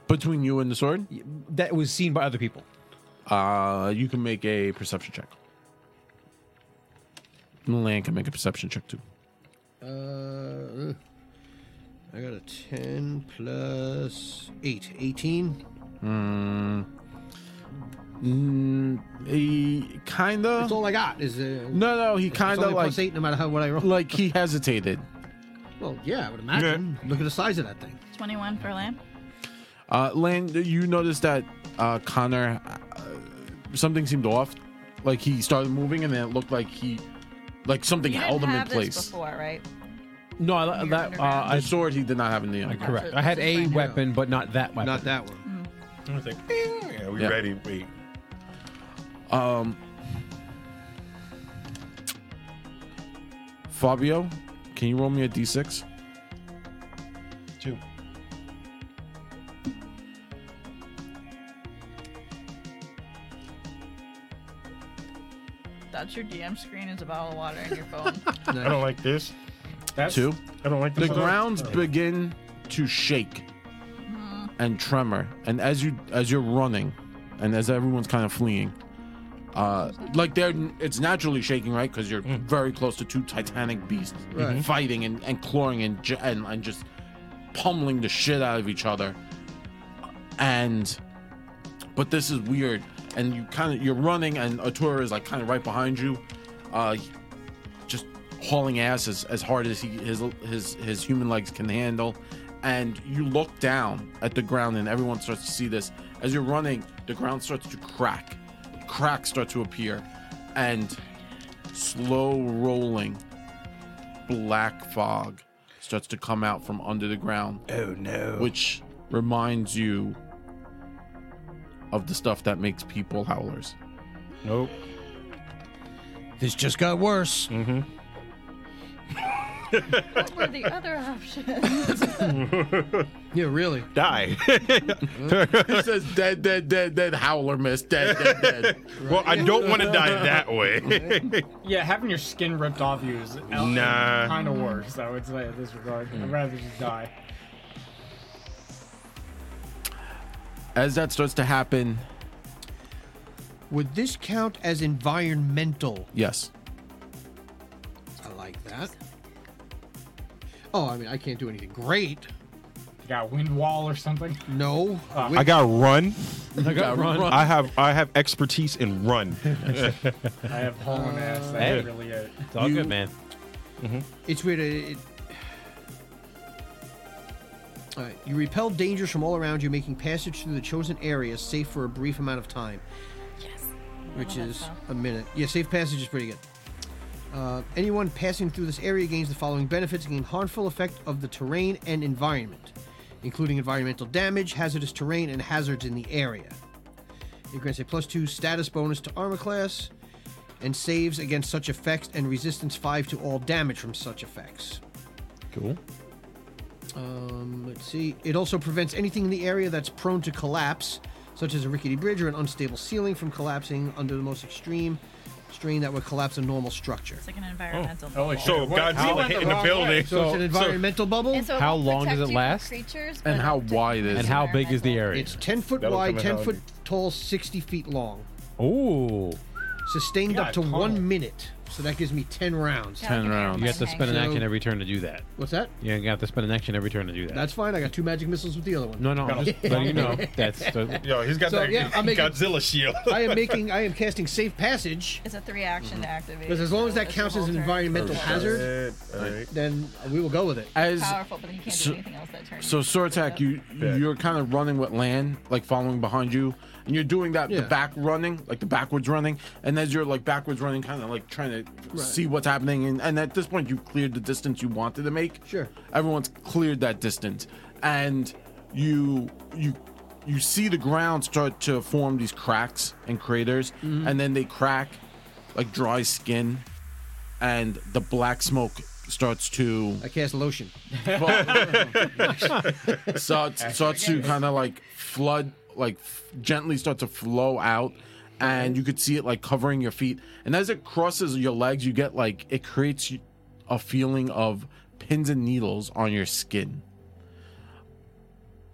S1: Between you and the sword,
S6: that was seen by other people?
S1: uh, you can make a perception check. Milan can make a perception check too.
S2: uh, I got a ten plus eight, 18.
S1: Mm, he kind of
S2: That's all I got. Is uh,
S1: Oh. No, no, he
S2: it's
S1: kind
S2: only
S1: of like
S2: plus eight, no matter how what I roll.
S1: like he hesitated.
S2: Well, yeah, I would imagine. Look at the size of that thing.
S4: 21 for Lamb.
S1: Uh, Lan, you noticed that uh, Connor uh, something seemed off. Like he started moving, and then it looked like he like something
S4: You didn't
S1: held him in
S4: have this
S1: place.
S4: before, right?
S1: No, I-
S4: You're
S1: that uh,
S4: underground.
S1: I, sword he did not have in the.
S4: That's
S6: Correct.
S4: what-
S6: I had
S4: that's what
S6: a
S4: I know.
S6: weapon, but not that weapon.
S2: Not that one.
S8: I was like, "Bing." yeah, we
S1: Yeah.
S8: ready. Wait.
S1: Um, Fabio, can you roll me a d6?
S8: Two.
S4: That's your DM screen is a bottle of water in your phone.
S8: I don't like this.
S9: That's
S1: Two.
S8: I don't like
S1: The
S8: this.
S1: grounds begin to shake and tremor, and as you as you're running, and as everyone's kind of fleeing, uh, like they're it's naturally shaking, right? Because you're very close to two titanic beasts
S2: Right.
S1: fighting and, and clawing and, j- and and just pummeling the shit out of each other. And but this is weird, and you kind of you're running, and Atura is like kind of right behind you. Uh, just hauling ass as, as hard as he his his his human legs can handle. And you look down at the ground, and everyone starts to see this. As you're running, the ground starts to crack. Cracks start to appear, and slow rolling black fog starts to come out from under the ground. Oh no! Which reminds you of the stuff that makes people howlers.
S8: Nope.
S2: This just got worse.
S4: what were the other options?
S2: Yeah, really.
S8: Die.
S1: It says dead, dead, dead, dead. Howler miss, dead, dead, dead.
S8: well, I don't want to die that way.
S9: Yeah, having your skin ripped off you is
S8: Nah.
S9: kind of worse. I would say in this regard, I'd rather just die.
S1: as that starts to happen,
S2: Would this count as environmental?
S1: yes.
S2: I like that. Oh, I mean, I can't do anything great.
S9: You got a wind wall or something.
S2: No.
S9: Uh,
S2: Wait,
S8: I got run.
S1: I got run.
S8: I have I have expertise in run.
S9: I have hauling ass. That's really it.
S6: It's all Oh, good, man.
S2: it's weird. uh, It, it... All right. You repel dangers from all around you, making passage through the chosen area safe for a brief amount of time,
S4: yes.
S2: which
S4: love that
S2: is
S4: spell.
S2: a minute. Yeah, safe passage is pretty good. Uh, anyone passing through this area gains the following benefits against harmful effect of the terrain and environment, including environmental damage, hazardous terrain, and hazards in the area. It grants a plus two status bonus to armor class and saves against such effects and resistance five to all damage from such effects.
S6: Cool.
S2: Um, let's see. It also prevents anything in the area that's prone to collapse, such as a rickety bridge or an unstable ceiling, from collapsing under the most extreme strain that would collapse a normal structure.
S4: It's like an environmental.
S9: Oh,
S4: bubble.
S9: it
S8: So
S9: should've worked. I
S8: Godzilla
S9: went
S8: hitting the
S9: wrong
S8: building.
S9: way.
S2: So, it's an
S8: So- so-
S2: environmental bubble.
S10: And so it
S6: How
S10: won't
S6: long does
S10: protect
S6: it
S10: you from
S6: last?
S10: Creatures,
S1: And
S10: but
S1: how
S10: it'll
S1: wide
S10: protect
S1: is
S10: you
S1: it?
S10: from
S1: And
S5: how big is the area?
S2: It's 10 foot
S8: That'll
S2: wide,
S8: come in
S2: 10
S8: handy.
S2: foot tall, 60 feet long.
S5: Ooh,
S2: Sustained
S9: Yeah,
S2: up to
S9: it's tall.
S2: one minute. So that gives me 10 rounds.
S10: Yeah,
S1: Ten
S10: like an
S1: rounds.
S6: You have to
S10: airplane.
S6: spend an
S2: So-
S6: action every turn to do that.
S2: What's that?
S6: You have to spend an action every turn to do that.
S2: That's fine. I got two magic missiles with the other one.
S6: no, no. I'm just letting you know. That's the,
S8: Yo, he's got
S2: So,
S8: that
S2: yeah, I'm making-
S8: Godzilla shield.
S2: I am making, I am casting safe passage.
S4: It's a three action
S1: Mm-hmm.
S4: to activate.
S2: Because as long as that
S4: It's
S2: counts
S4: your
S2: as an
S4: whole turn.
S2: environmental hazard, then we will go with it.
S1: As
S4: Powerful, but he can't
S1: So-
S4: do anything else that turn.
S1: so, Sortak, you
S8: Yeah.
S1: you're kind of running with land, like following behind you, and you're doing that the
S2: Yeah.
S1: back running, like the backwards running, and as you're like backwards running, kind of like trying to see what's happening, and, and at this point, you've cleared the distance you wanted to make.
S2: Sure.
S1: everyone's cleared that distance, and you you you see the ground start to form these cracks and craters,
S2: Mm-hmm.
S1: and then they crack like dry skin, and the black smoke starts to
S2: I cast lotion.
S1: so it starts to kind of like flood, like f- gently start to flow out, and you could see it like covering your feet. And as it crosses your legs, you get like it creates y- a feeling of pins and needles on your skin.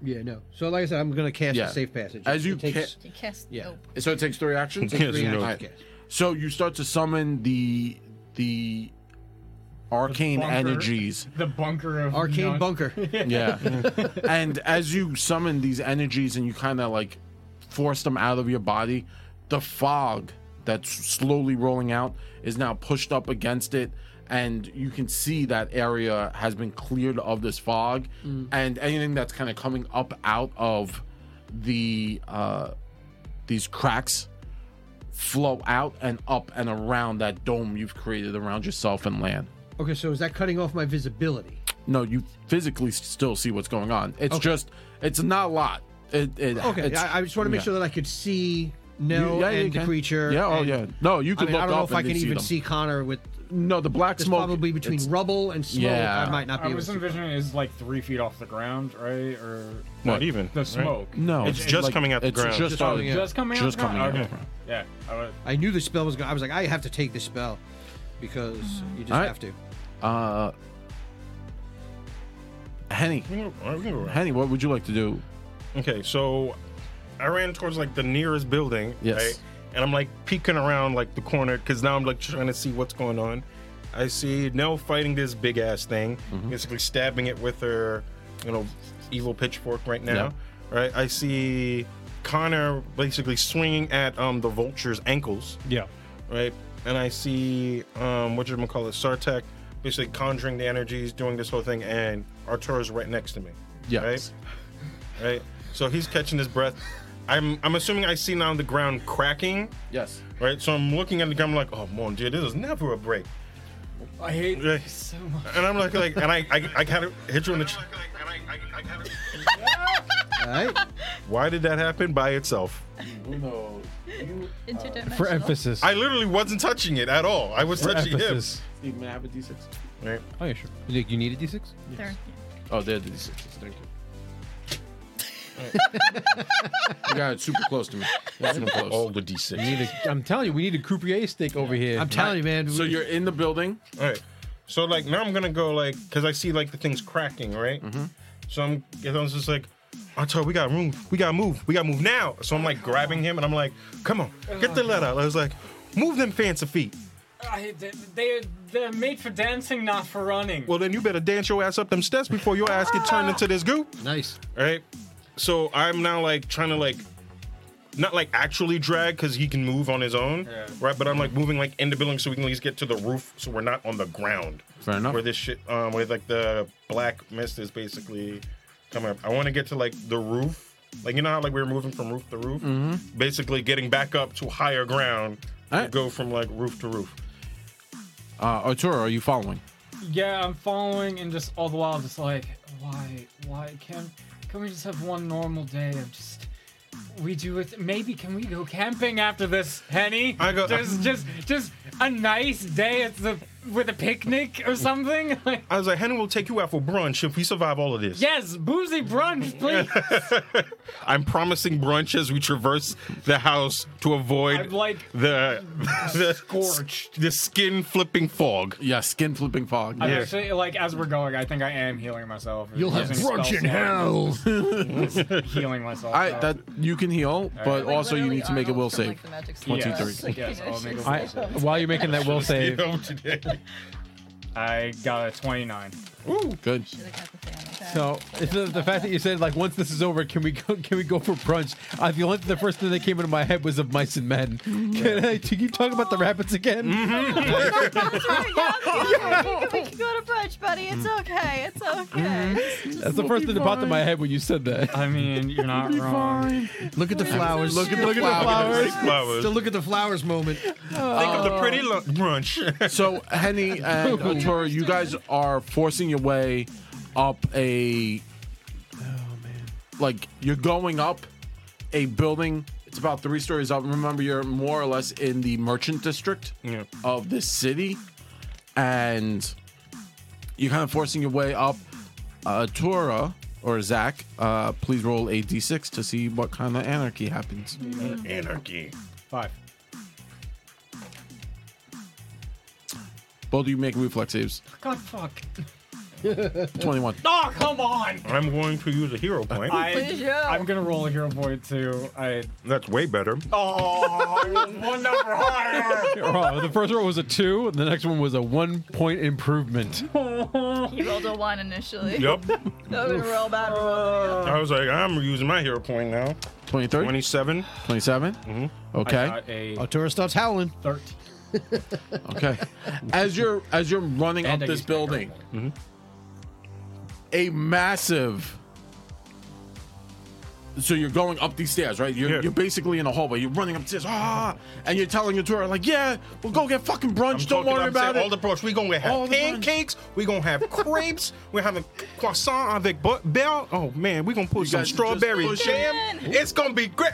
S2: Yeah, no. So like I said, I'm gonna cast
S1: Yeah.
S2: a safe passage.
S1: As you
S2: It
S1: ca-
S2: takes,
S4: you cast.
S2: Yeah.
S4: Nope.
S1: so it takes three actions.
S2: Takes three
S1: All
S2: actions
S1: right.
S2: to cast.
S1: So you start to summon the the arcane
S9: bunker.
S1: energies
S9: The bunker of
S2: arcane
S9: non-
S2: bunker.
S1: Yeah. and as you summon these energies and you kind of like force them out of your body, the fog that's slowly rolling out is now pushed up against it. And you can see that area has been cleared of this fog. And anything that's kind of coming up out of the, uh, these cracks flow out and up and around that dome you've created around yourself and land.
S2: Okay, so is that cutting off my visibility?
S1: No, you physically still see what's going on. It's just, it's not a lot. It, it,
S2: Okay,
S1: it's,
S2: I, I just want to make
S1: yeah.
S2: sure that I could see Nell
S1: You- yeah, you
S2: and the
S1: can.
S2: creature.
S1: Yeah, oh
S2: and-
S1: yeah. No, you
S2: I,
S1: could
S2: mean,
S1: look
S2: I don't know
S1: up
S2: if I
S1: and
S2: can
S1: you see
S2: even
S1: them.
S2: see Connor with.
S1: No, the black
S2: It's
S1: smoke.
S2: probably between
S1: it's-
S2: rubble and smoke.
S1: Yeah.
S2: I might not be
S9: I
S2: able
S9: was
S2: to. see.
S9: envisioning is like three feet off the ground, right? Or
S8: Not even.
S9: the smoke.
S1: No,
S8: It's just coming out the
S1: it's
S8: ground.
S1: Just,
S2: Just coming
S1: out-
S2: out.
S9: Just coming out.
S1: Just
S9: the ground?
S1: coming out.
S9: Okay. Yeah. I would-
S2: I knew the spell was going. to I was like, I have to take this spell because you just
S1: All right.
S2: have to.
S1: Uh, Henny,
S8: We can go- all right, we can go around.
S1: Henny, what would you like to do?
S8: Okay, so I ran towards like the nearest building.
S1: Yes.
S8: Right? And I'm like peeking around like the corner because now I'm like trying to see what's going on. I see Nell fighting this big ass thing, basically stabbing it with her, you know, evil pitchfork right now. Right. I see Connor basically swinging at um the vulture's ankles.
S6: yeah.
S8: right? And I see um what you gonna call it, Sartek, basically conjuring the energies, doing this whole thing, and Arturo's right next to me.
S1: Yes.
S8: Right. Right. So he's catching his breath. I'm I'm assuming I see now the ground cracking,
S1: Yes.
S8: right? So I'm looking at the ground, I'm like, oh mon dieu, this is never a break.
S9: I hate
S8: Yeah.
S9: this so much.
S8: And I'm like, like, and I I, I gotta hit you in the. Ch-
S2: All right.
S8: Why did that happen by itself?
S4: Interdimensional.
S6: For emphasis.
S8: I literally wasn't touching it at all. I was
S6: for
S8: touching
S6: emphasis.
S1: Steve, may I have a d6?
S8: him. Right.
S6: Oh yeah, sure. You, you need a d6.
S4: Third.
S1: Oh, they're the d6s. Thank you. you got it super close to me. Super close.
S8: All the d6.
S6: You need a, I'm telling you, we need a croupier stick over here.
S2: I'm telling you, man.
S1: So you're in the building.
S8: All right. So like now I'm gonna go like because I see like the things cracking, right? So I'm, I was just like, Artur, we got room, we gotta move, we gotta move now. So I'm like grabbing him and I'm like, come on, get the letter. I was like, move them fancy feet.
S9: I, they they're made for dancing, not for running.
S8: Well then you better dance your ass up them steps before your ass get turned into this goo.
S2: nice.
S8: All right. So I'm now like trying to like. Not like actually drag because he can move on his own,
S9: Yeah.
S8: right? But I'm like moving like in the building so we can at least get to the roof so we're not on the ground.
S1: Fair
S9: Oh.
S1: enough. Uh,
S8: where this shit um where like the black mist is basically coming up. I want to get to like the roof. Like you know how like we were moving from roof to roof?
S9: Mm-hmm.
S8: Basically getting back up to higher ground to
S1: Alright.
S8: go from like roof to roof.
S1: Uh, Arturo, are you following?
S9: yeah, I'm following, and just all the while, just like, why, why can, can we just have one normal day of just. We do it. Maybe can we go camping after this, Henny?
S8: I go-
S9: Just, just, just a nice day at the with a picnic or something? Like,
S8: I was like, Henry will take you out for brunch if we survive all of this.
S9: yes, boozy brunch, please.
S8: I'm promising brunch as we traverse the house to avoid
S9: I'm like
S8: the the
S9: scorched.
S8: the skin flipping fog.
S1: Yeah, skin flipping fog.
S9: I'm
S1: Yeah.
S9: actually like as we're going, I think I am healing myself.
S2: You'll have
S9: Using
S2: brunch in
S9: spell
S2: hell.
S9: slot, healing myself.
S1: I
S9: so-
S1: that you can heal, but
S9: Like,
S1: also you
S10: literally
S1: need to make a
S10: Arnold
S1: will
S10: from,
S1: save.
S10: like, the Magic School
S1: 23.
S10: Bus. Like,
S9: Yes,
S10: you
S9: I'll
S10: know,
S9: make a
S10: she's-
S6: I, while you're making that will save,
S9: I got a 29.
S1: Good.
S10: she's like, that's the thing, like that.
S6: so it's the, the fact that you said like once this is over, can we go? Can we go for brunch? I the only the first thing that came into my head was of mice and men.
S1: Mm-hmm.
S6: Can I do you talk about the rabbits again?
S10: We can go to brunch, buddy. It's
S1: Mm.
S10: okay. It's
S6: Mm-hmm.
S10: okay.
S6: That's the first thing that popped in my head when you said that.
S9: I mean, you're not wrong.
S2: Look at the flowers. Look at the
S8: Flowers. Flowers.
S2: The look at the flowers moment.
S8: Think of the pretty lo- brunch.
S1: So Henny and Otora, you guys are forcing your way up a. oh, Like you're going up a building. It's about three stories up. Remember, you're more or less in the merchant district
S8: Yeah.
S1: of this city, and you're kind of forcing your way up. Uh, Tora or Zach, uh, please roll a d6 to see what kind of anarchy happens.
S8: Anarchy.
S9: Five.
S1: Both of you make reflex saves.
S9: God fuck.
S1: 21.
S9: Oh, come on.
S8: I'm going to use a hero
S10: Please,
S8: point.
S9: I,
S10: yeah.
S9: I'm gonna roll a hero point too. I
S8: That's way better.
S9: oh, I rolled one number higher.
S6: Wrong. Uh, The first one was a two, and the next one was a one point improvement.
S10: He rolled a one initially.
S8: Yep.
S10: So we're gonna roll back.
S8: I was like, I'm using my hero point now.
S1: 23?
S8: 27.
S1: 27?
S6: Mm-hmm.
S9: I
S1: Okay.
S9: got a
S2: Arturo stops howling.
S9: 13.
S1: Okay. As you're as you're running
S9: And I
S1: up this
S9: used my hero
S1: building,
S9: point.
S1: a massive so you're going up these stairs, right? You're,
S8: Yeah.
S1: you're basically in a hallway. You're running up stairs, ah, and you're telling your tour like, "Yeah, we'll go get fucking brunch. Don't
S8: talking-
S1: worry
S8: I'm
S1: about
S8: saying
S1: it."
S8: All the brunch. We're going to
S1: All
S8: have
S1: the brunch.
S8: pancakes. We're going to have crepes. We're having croissant avec bu- bell. Oh, man. We're going to put some
S1: guys are just
S8: strawberry
S1: pushing.
S8: jam. It's going to be great.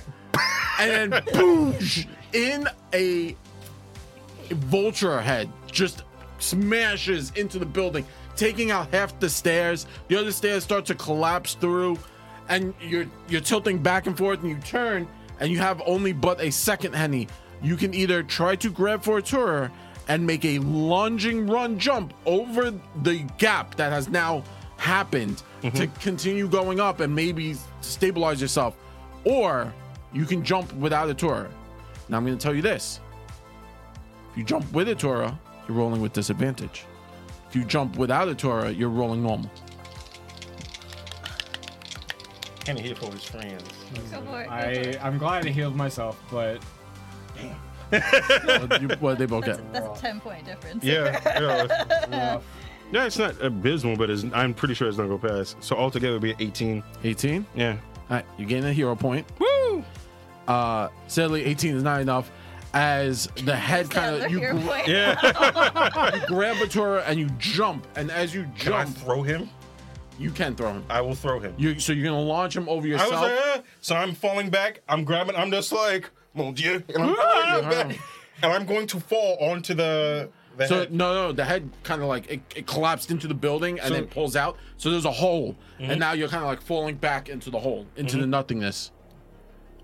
S1: and then boom, in a vulture head just smashes into the building, taking out half the stairs. The other stairs start to collapse through, and you're you're tilting back and forth, and you turn, and you have only but a second, Henny. You can either try to grab for a tour and make a lunging run jump over the gap that has now happened to continue going up and maybe stabilize yourself or you can jump without a Torah. Now I'm going to tell you this: if you jump with a Torah, you're rolling with disadvantage. If you jump without a Torah, you're rolling normal.
S8: Henny here for his friends.
S10: Go for it.
S9: I I'm glad I healed myself, but
S1: Uh, you- well, they both
S10: That's,
S1: get.
S6: uh,
S10: that's a 10 point difference.
S8: Yeah. yeah.
S9: uh,
S8: yeah, it's not abysmal, but it's, I'm pretty sure it's not going to pass. So altogether, it'll be 18.
S1: 18.
S8: Yeah.
S1: All right, you gain a hero point.
S8: Woo!
S1: Uh, sadly, 18 is not enough. As the head kind
S10: Another
S1: of you
S10: hero
S1: gr-
S10: point.
S8: Yeah.
S1: grab a Torah and you jump, and as you
S8: Can I
S1: jump,
S8: throw him?
S1: you can throw him.
S8: I will throw him.
S1: You so you're gonna launch him over
S8: I was
S1: yourself.
S8: like, ah. so I'm falling back. I'm grabbing. I'm just like, mon dieu, and I'm, falling back. and I'm going to fall onto the. the
S1: So
S8: head.
S1: no, no, the head kind of like it, it collapsed into the building and
S8: So- Mhm.
S1: then pulls out. So there's a hole, and now you're kind of like falling back into the hole, into the nothingness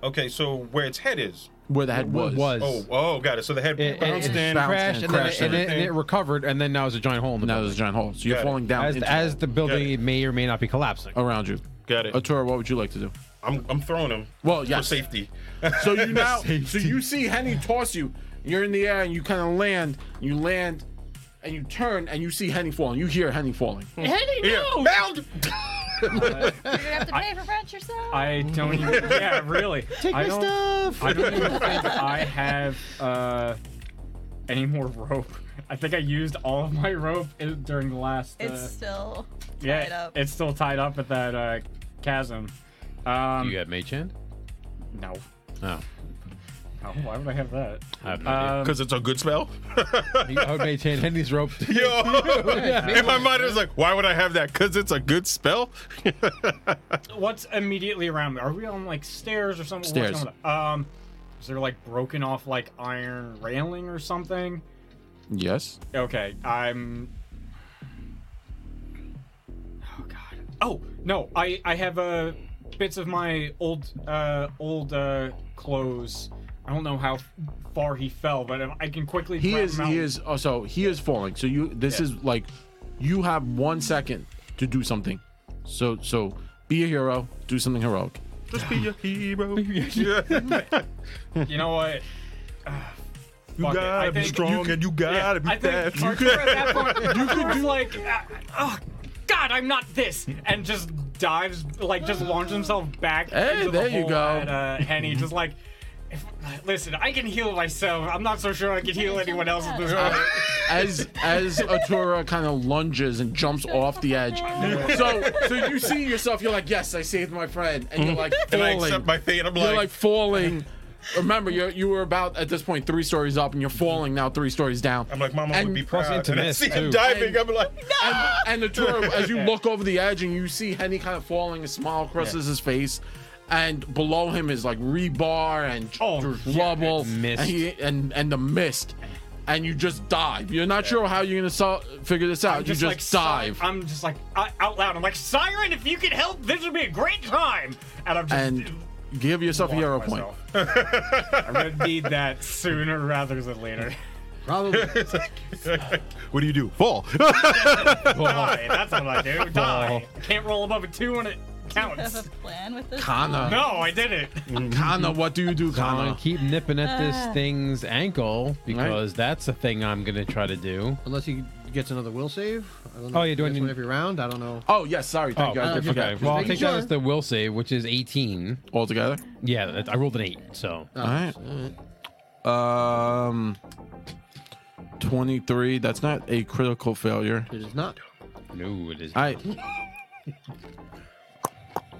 S8: Okay, so where its head is.
S1: where the head was.
S6: was.
S8: Oh, oh, got it. So the head
S6: It, it,
S8: bounced
S6: it
S8: in.
S1: bounced
S6: crashed,
S1: in,
S6: and,
S1: crashed
S6: then, it- and,
S8: in.
S6: it, and it recovered, and then now there's a giant hole in the
S1: Now
S6: building.
S1: there's a giant hole. So you're
S8: Got it.
S1: falling down
S6: As,
S1: into
S6: as the building
S8: Got it.
S6: may or may not be collapsing.
S1: around you.
S8: Got it.
S1: Atura, what would you like to do?
S8: I'm, I'm throwing him.
S1: Well,
S8: For
S1: yes.
S8: safety.
S1: So you now, so you see Henny toss you. You're in the air and you kind of land. You land, and you turn and you see Henny falling. You hear Henny falling.
S8: Here, bound.
S10: You're going to have to pay for brunch yourself.
S9: I don't even Yeah, really. Take I don't,
S2: Stuff.
S9: I don't even think I have uh any more rope. I think I used all of my rope i- during the last uh,
S10: It's still
S9: yeah,
S10: tied up.
S9: it's still tied up at that uh chasm. Um
S6: You got Mage Hand?
S9: no.
S6: No.
S9: Oh, why would I have that?
S6: I have no idea.
S9: Um,
S8: Because it's a good spell.
S6: I would Mage Hand, Henry's rope.
S8: Yo. In my mind, it was like, why would I have that? Because it's a good spell?
S9: what's immediately around me? Are we on like stairs or something? What's
S1: Stairs.
S9: going on? Um, is there like broken off like iron railing or something?
S1: Yes.
S9: Okay, I'm. Oh God. Oh no, I I have uh, bits of my old uh old uh clothes. I don't know how far he fell, but I can quickly.
S1: He
S9: grab
S1: is.
S9: him out.
S1: He is. Oh, so he is falling. So you. This
S9: Yeah.
S1: is like, you have one second to do something. So so be a hero. Do something heroic.
S8: Just be a hero.
S9: You know what?
S8: You
S9: Fuck it, I
S8: gotta be
S9: think you
S8: strong
S9: could-
S8: and you gotta
S9: I
S8: be
S9: think
S8: fast.
S9: Arthur at that point you could do like, "Ah, oh God, I'm not this, and just dives like just launches himself back.
S1: Hey,
S9: into the
S1: there you
S9: hole
S1: go.
S9: At, uh, Henny just like. If, listen, I can heal myself. I'm not so sure I can heal anyone else at this point.
S1: as as Atura kind of lunges and jumps off the edge. So so you see yourself, you're like, yes, I saved my friend, and
S9: Mm-hmm.
S1: you're like
S8: And I
S1: falling.
S8: accept my fate. I'm
S1: you're
S8: like,
S1: like falling. Remember, you you were about at this point three stories up, and you're falling now three stories down.
S8: I'm like, Mama
S1: And-
S8: would be proud.
S6: into
S8: and I
S6: this,
S8: see him
S6: too.
S8: diving. I'm like,
S1: and, and Atura, as you look over the edge and you see Henny kind of falling, a smile crosses his face, and below him is like rebar and
S9: Oh,
S1: there's
S9: yeah,
S1: rubble
S6: mist.
S1: and, he, and and the mist, and you just dive. You're not sure how you're gonna sol- figure this out.
S9: I'm
S1: you
S9: like,
S1: just dive.
S9: "Si- I'm just like I, out loud. I'm like, Siren, if you could help, this would be a great time. And I'm just
S1: and give yourself a
S9: walking
S1: hero point.
S9: myself. I'm gonna need that sooner rather than later.
S2: Probably.
S8: what do you do? Fall.
S9: die. That's what I do. Die. Can't roll above a two when it
S4: have a
S9: counts.
S4: plan with this?
S1: Kana,
S9: No, I didn't.
S1: Kana, what do you do,
S6: I'm
S1: Kana?
S6: gonna keep nipping at this thing's ankle because that's the thing I'm gonna try to do.
S2: Unless he gets another will save. I don't
S6: Oh, yeah, do I
S2: That's
S6: need-
S2: one every round. I don't know.
S1: Oh yes, sorry, thank you. I
S2: uh,
S1: did
S2: okay.
S1: forget.
S2: Just
S6: Well, I'll
S2: making
S6: take that
S2: sure.
S6: as the will save, which is 18.
S1: All together.
S6: Yeah, that- I rolled an eight, so
S2: Oh,
S1: All right. Um, twenty-three. That's not a critical failure.
S2: It is not.
S6: no, it is.
S1: All right.
S4: I can't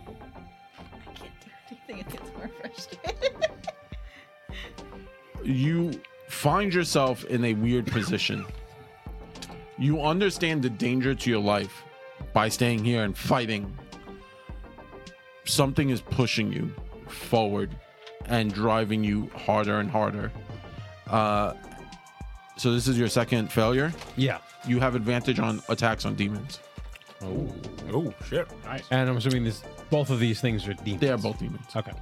S4: do anything. It gets more frustrated.
S1: you find yourself in a weird position. You understand the danger to your life by staying here and fighting. Something is pushing you forward and driving you harder and harder. Uh, so this is your second failure.
S6: yeah.
S1: You have advantage on attacks on demons.
S6: Oh.
S8: oh shit.
S6: And I'm assuming this, both of these things are demons.
S1: They are both demons.
S6: Okay.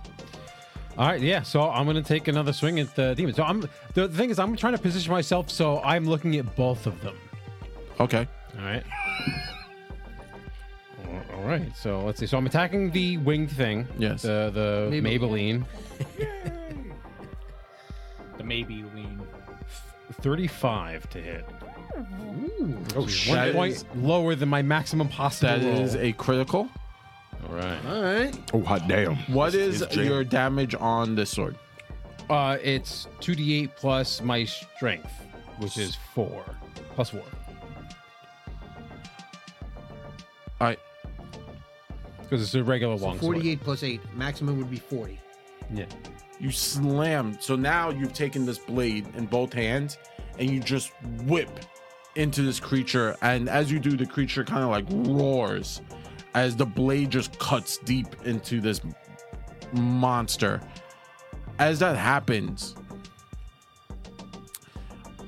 S6: All right, yeah. So I'm gonna take another swing at the demon. So I'm the, the thing is I'm trying to position myself so I'm looking at both of them.
S1: Okay.
S6: All right. All right. So let's see. So I'm attacking the winged thing.
S1: Yes.
S6: The the Maybelline.
S2: Maybelline.
S9: The maybe lean.
S6: 35 to hit.
S1: Oh,
S6: One point lower than my maximum possible.
S1: that
S6: roll.
S1: is a critical.
S6: All right.
S2: All right.
S8: Oh hot damn.
S1: What is
S8: it's jam.
S1: your damage on this sword?
S6: Uh, it's 2d8 plus my strength, which is four. Plus four.
S1: All right.
S6: Because it's a regular
S2: So
S6: long
S2: 48 plus 8. Maximum would be 40.
S6: sword. Yeah.
S1: You slam. So now you've taken this blade in both hands and you just whip into this creature. And as you do, the creature kind of like roars as the blade just cuts deep into this monster. As that happens,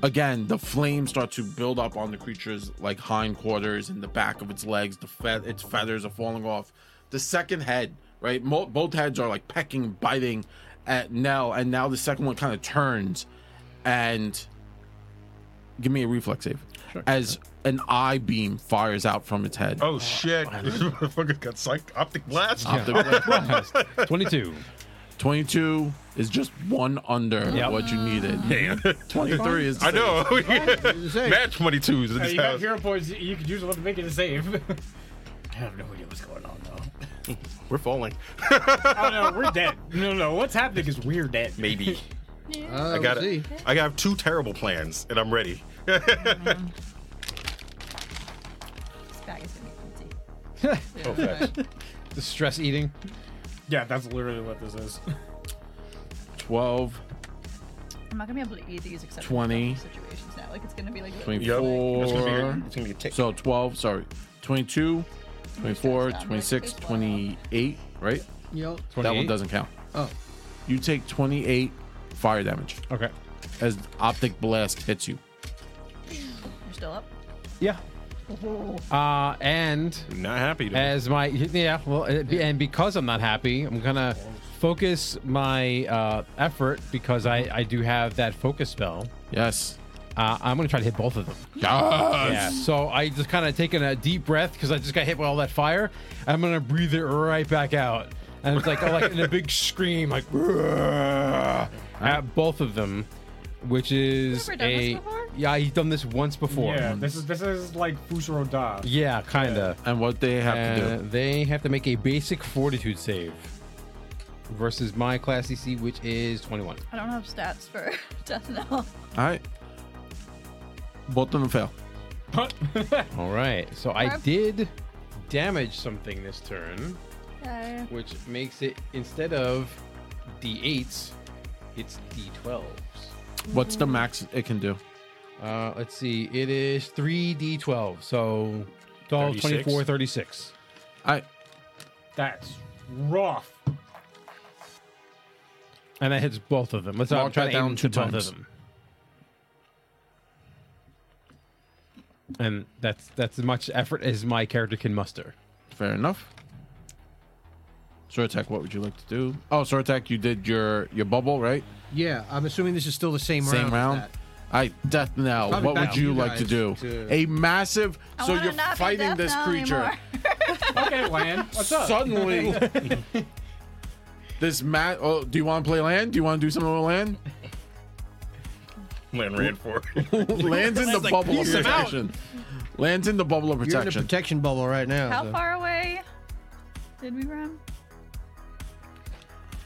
S1: again, the flames start to build up on the creature's like hindquarters and the back of its legs. The fe- its feathers are falling off. The second head, right? Mo- both heads are like pecking, biting at Nell, and now the second one kind of turns and give me a reflex save as an eye beam fires out from its head.
S8: Oh shit. This motherfucker got psych optic blast.
S1: Off the-
S6: 22.
S1: 22 is just one under
S6: Yep.
S1: what you needed. 23 is the
S8: I
S1: same.
S8: know. Match 22s in
S9: Uh,
S8: this
S9: you got
S8: house.
S9: hero points. You could use them to make it a save. I have no idea what's going on though.
S8: We're falling.
S9: Oh no, we're dead. No, no, what's happening is we're dead.
S8: Maybe.
S2: Uh,
S6: Oh,
S8: I got
S2: we'll
S8: it.
S2: see.
S8: I have two terrible plans, and I'm ready.
S4: This bag is gonna be empty.
S8: Oh, facts.
S6: The stress eating.
S9: Yeah, that's literally what this is.
S1: 12,
S4: I'm not gonna be able to either use except
S1: 20.
S4: situations now. Like it's gonna be like
S8: Yep.
S1: 24.
S8: It's gonna be- it's gonna be a tick.
S1: So 12, sorry. 22, 24,
S4: down, right?
S1: 26,
S4: There's
S1: 28, right?
S2: Yo.
S1: That one
S6: 28?
S1: doesn't count.
S2: Oh.
S1: You take 28 fire damage
S6: Okay.
S1: as optic blast hits you.
S4: still up?
S6: Yeah. Uh, and
S8: Not happy. To
S6: as my yeah, well, it, and because I'm not happy, I'm gonna focus my uh, effort because I I do have that focus spell.
S1: Yes.
S6: Uh, I'm gonna try to hit both of them. Yeah.
S1: Yes.
S6: So I just kind of taking a deep breath because I just got hit with all that fire. I'm gonna breathe it right back out, and it's like like in a big scream, like "Rrrr," at both of them, which is
S4: ever done this
S6: a
S4: before?
S6: yeah. He's done this once before.
S9: Yeah, this is this is like Fusro Da.
S6: Yeah, kinda.
S1: And what they have to do.
S6: And they have to make a basic fortitude save versus my class DC, which is 21.
S4: I don't have stats for Death Knell.
S1: All right. Both of them fail.
S6: All right. So I
S4: Okay.
S6: did damage something this turn,
S4: Okay.
S6: which makes it instead of D8s, it's D12s.
S1: What's the max it can do?
S6: Uh, let's see. It is 3D12. So 12,
S8: 36.
S6: 24, 36.
S1: All right.
S9: That's rough.
S6: And that hits both of them. Let's
S1: Mark
S6: I'm trying
S1: that
S6: to aim
S1: down two
S6: to both
S1: times.
S6: of them. And that's that's as much effort as my character can muster.
S1: Fair enough. Sword attack. What would you like to do? Oh, sword attack. You did your your bubble, right?
S2: Yeah, I'm assuming this is still the same,
S1: Same
S2: round. as
S1: round.
S2: that.
S1: I death knell.
S2: Probably
S1: What
S2: back
S1: would
S2: to
S1: you
S2: you
S1: like to
S2: guys
S1: do?
S2: to-
S1: A massive. so
S4: wanna
S1: you're
S4: not be
S1: fighting
S4: Death
S1: this
S4: Knell
S1: creature.
S4: anymore.
S9: Okay, Lan, what's up?
S1: Suddenly, this mat. Oh, do you want to play land? Do you want to do something with land?
S8: Lynn ran for
S1: Lands in the bubble of protection. Lands in the bubble of
S2: You're in a
S1: protection.
S2: protection bubble right now.
S4: How
S2: so-
S4: far away did we run?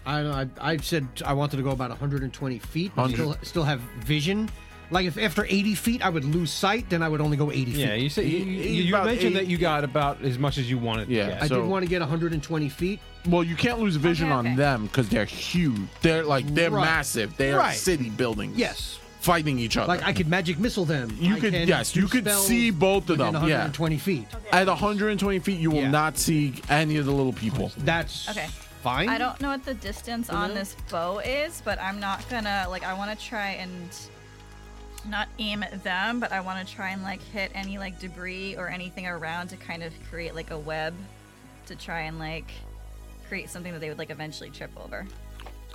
S2: I don't know. I, I said I wanted to go about 120 feet. but
S1: 100.
S2: Still, still have vision. Like if after 80 feet I would lose sight, then I would only go 80 feet.
S6: Yeah, you said you,
S1: He-
S6: you,
S1: he's
S6: you
S1: about
S6: mentioned that
S1: eight-
S6: you got about as much as you wanted. to
S1: Yeah.
S6: get.
S2: I
S1: so-
S2: did want to get 120 feet.
S1: Well, you can't lose vision
S4: Okay,
S1: on
S4: okay.
S1: them because they're huge. They're like they're
S2: Right.
S1: massive. They are
S2: Right.
S1: city buildings.
S2: Yes.
S1: fighting each other.
S2: Like I could magic missile them.
S1: You
S2: I
S1: could-
S2: can
S1: yes,
S2: do
S1: you could
S2: spells
S1: see both of
S2: within
S1: them, yeah.
S2: 120 feet.
S1: At 120 feet, you will
S2: Yeah.
S1: not see any of the little people.
S2: That's
S4: Okay.
S2: Fine.
S4: I don't know what the distance on this bow is, but I'm not gonna like. I want to try and not aim at them, but I want to try and like hit any like debris or anything around to kind of create like a web to try and like create something that they would like eventually trip over.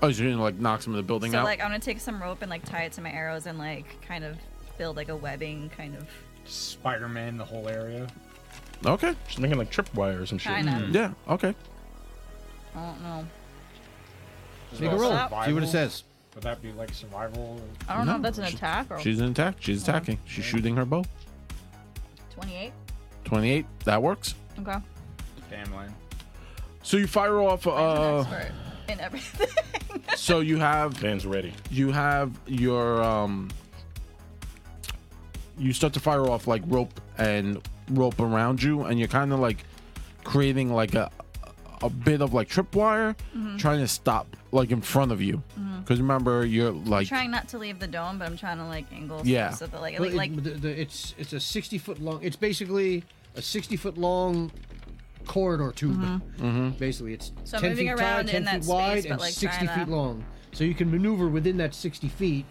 S1: Oh, so you're gonna like knock some of the building
S4: so
S1: out?
S4: like I'm gonna take some rope and like tie it to my arrows and like kind of build like a webbing kind of
S9: Spider-Man, the whole area.
S1: okay. Mm.
S8: She's making like tripwires and shit.
S4: kind of.
S1: Yeah. Okay.
S4: I don't know.
S2: Make a roll. See what it says.
S9: Would that be like survival?
S4: I don't know if
S1: No,
S4: that's an
S1: she-
S4: attack or
S1: She's an attack. She's attacking. She's shooting her bow.
S4: 28.
S1: 28. That works.
S4: Okay.
S9: Damn, Lan.
S1: So you fire off. Uh,
S4: Expert in everything.
S1: so you have
S8: Dan's ready.
S1: you have your um. You start to fire off like rope and rope around you, and you're kind of like creating like a a bit of like tripwire,
S4: Mm-hmm.
S1: trying to stop like in front of you. Because remember, you're like
S4: trying not to leave the dome, but I'm trying to like angle
S1: Yeah.
S4: so that like
S2: Well,
S4: like,
S2: it-
S4: like
S2: the- the- it's it's a 60 foot long. It's basically a 60 foot long corridor tube.
S1: Mm-hmm.
S2: Basically, it's
S4: Mm-hmm. So
S2: 10
S4: moving
S2: feet
S4: around
S2: tall, 10
S4: in that
S2: feet wide,
S4: space, but,
S2: and
S4: like,
S2: 60
S4: trying
S2: feet
S4: to-
S2: long. So you can maneuver within that 60 feet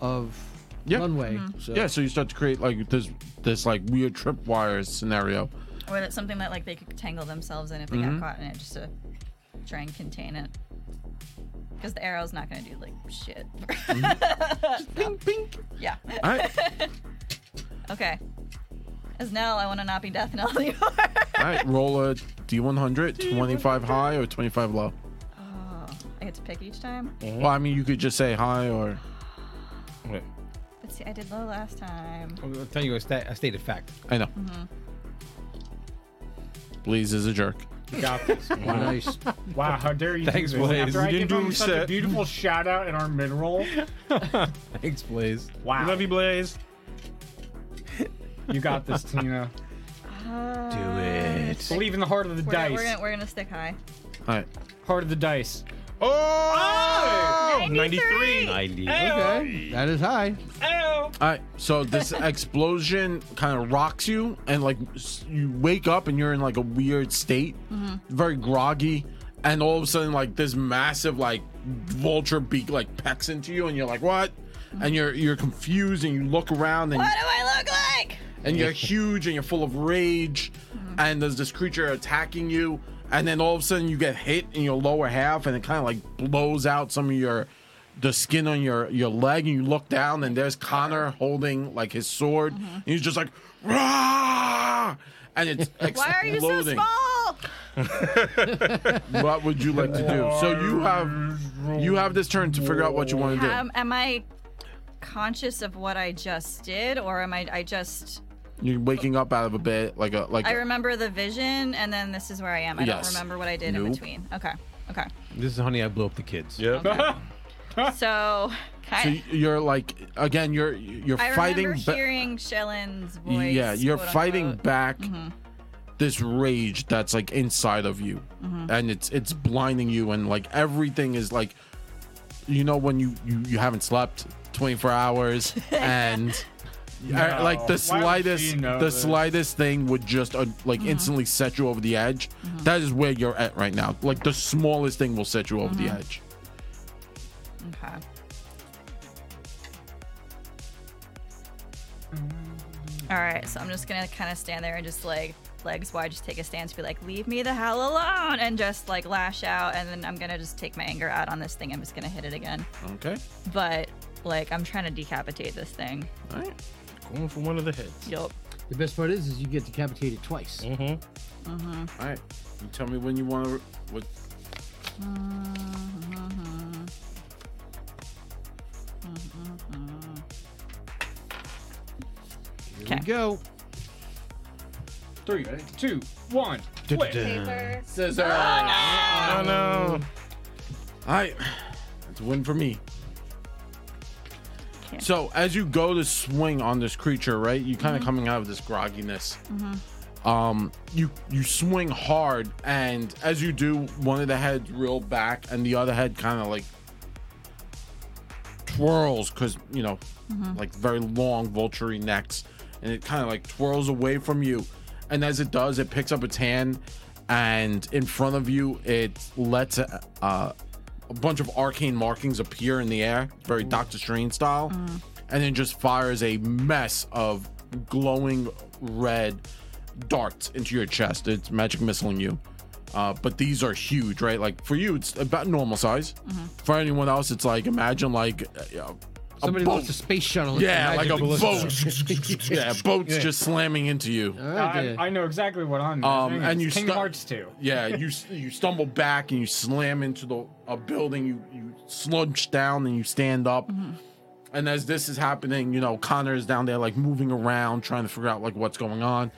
S2: of
S1: Yeah.
S2: runway.
S4: Mm-hmm.
S2: So
S1: yeah. So you start to create like this this like weird tripwire scenario.
S4: or that's something that like they could tangle themselves in if they got caught in it, just to try and contain it. Because the arrow's not gonna do like shit.
S1: Ping, ping.
S4: yeah.
S1: All right.
S4: Okay. As Nell, I want to not be Death Nell anymore.
S1: All right, roll a D100, 25 high or 25 low.
S4: I get to pick each time.
S1: Well, I mean, you could just say high or.
S8: Wait.
S4: But see, I did low last time.
S6: I'll tell you a, sta- a state of fact.
S1: I know. Blaze is a jerk.
S9: Got this.
S2: nice.
S9: Wow, how dare you?
S6: Thanks,
S9: do this.
S6: Blaze.
S9: After I
S8: You
S9: give
S8: didn't do
S9: him such a
S8: shit.
S9: beautiful shout out in our mid roll.
S6: Thanks, Blaze.
S9: Wow.
S8: Love you, Blaze.
S9: You got this, Tina.
S6: Do it.
S9: Believe in the heart of the
S4: Uh, We're,
S9: dice.
S4: Gonna, we're, gonna, we're gonna stick high.
S1: All right.
S9: Heart of the dice.
S8: Oh! 93.
S6: 90.
S2: okay, that is high.
S1: All right. So this explosion kind of rocks you, and like s- you wake up and you're in like a weird state, very groggy, and all of a sudden like this massive like vulture beak like pecks into you, and you're like what? And you're you're confused, and you look around, and
S4: What do I look like?
S1: and you're huge and you're full of rage,
S4: Mm-hmm.
S1: and there's this creature attacking you, and then all of a sudden you get hit in your lower half, and it kind of like blows out some of your the skin on your your leg, and you look down, and there's Connor holding like his sword,
S4: Mm-hmm.
S1: and he's just like, Rah! and it's exploding.
S4: Why are you so small?
S1: What would you like to do? So you have you have this turn to figure out what you want to do.
S4: Um, am I conscious of what I just did, or am I? I just
S1: You're waking up out of a bed like a like
S4: I
S1: a-
S4: remember the vision, and then this is where I am. I
S1: Yes.
S4: don't remember what I did in
S1: Nope.
S4: between. Okay, okay.
S6: This is honey, I blew up the kids.
S8: Yep.
S4: So,
S1: so
S4: kind.
S1: you're like again you're you're
S4: I
S1: fighting
S4: remember
S1: ba-
S4: hearing Shellen's voice.
S1: yeah you're
S4: quote,
S1: fighting
S4: unquote. Mm-hmm.
S1: back this rage that's like inside of you
S4: Mm-hmm.
S1: and it's it's blinding you and like everything is like you know when you you, you haven't slept 24 hours and uh, like the
S9: Why would she
S1: slightest
S9: know
S1: the
S9: this?
S1: slightest thing would just uh, like
S4: Mm-hmm.
S1: instantly set you over the edge That is where you're at right now like the smallest thing will set you over
S4: Mm-hmm.
S1: the edge
S4: Okay. All right, so I'm just gonna kind of stand there and just like legs wide, just take a stance, be like, "Leave me the hell alone," and just like lash out, and then I'm gonna just take my anger out on this thing. I'm just gonna hit it again,
S1: okay
S4: but like I'm trying to decapitate this thing.
S1: all right
S8: Going for one of the heads.
S4: Yup.
S11: The best part is, is you get decapitated twice.
S1: all right you tell me when you want to what
S4: Okay.
S6: Go.
S9: Three, two, one, flip.
S10: Paper.
S1: scissor
S8: Oh no.
S1: All right, it's a win for me.
S4: Okay.
S1: So as you go to swing on this creature, right? You kind of coming out of this grogginess. Um, you you swing hard, and as you do, one of the heads reel back, and the other head kind of like twirls because you know, like very long vulturey necks, and it kind of like twirls away from you. And as it does, it picks up its hand, and in front of you, it lets a, uh, a bunch of arcane markings appear in the air, very Doctor Strange style, and then just fires a mess of glowing red darts into your chest. It's magic missiling you. Uh, but these are huge, right? Like for you, it's about normal size. For anyone else, it's like imagine like uh, a
S2: Somebody
S1: boat.
S2: lost a space shuttle.
S1: yeah, like a
S6: Imagine the
S1: boat. yeah, boats just slamming into you.
S11: All right,
S9: I,
S11: then.
S9: I know exactly what I'm
S1: Um,
S9: doing.
S1: and
S9: It's
S1: you
S9: King
S1: stu-
S9: Hearts 2.
S1: Yeah, you s- you stumble back and you slam into the a building. You you sludge down and you stand up. And as this is happening, you know Connor is down there like moving around, trying to figure out like what's going on.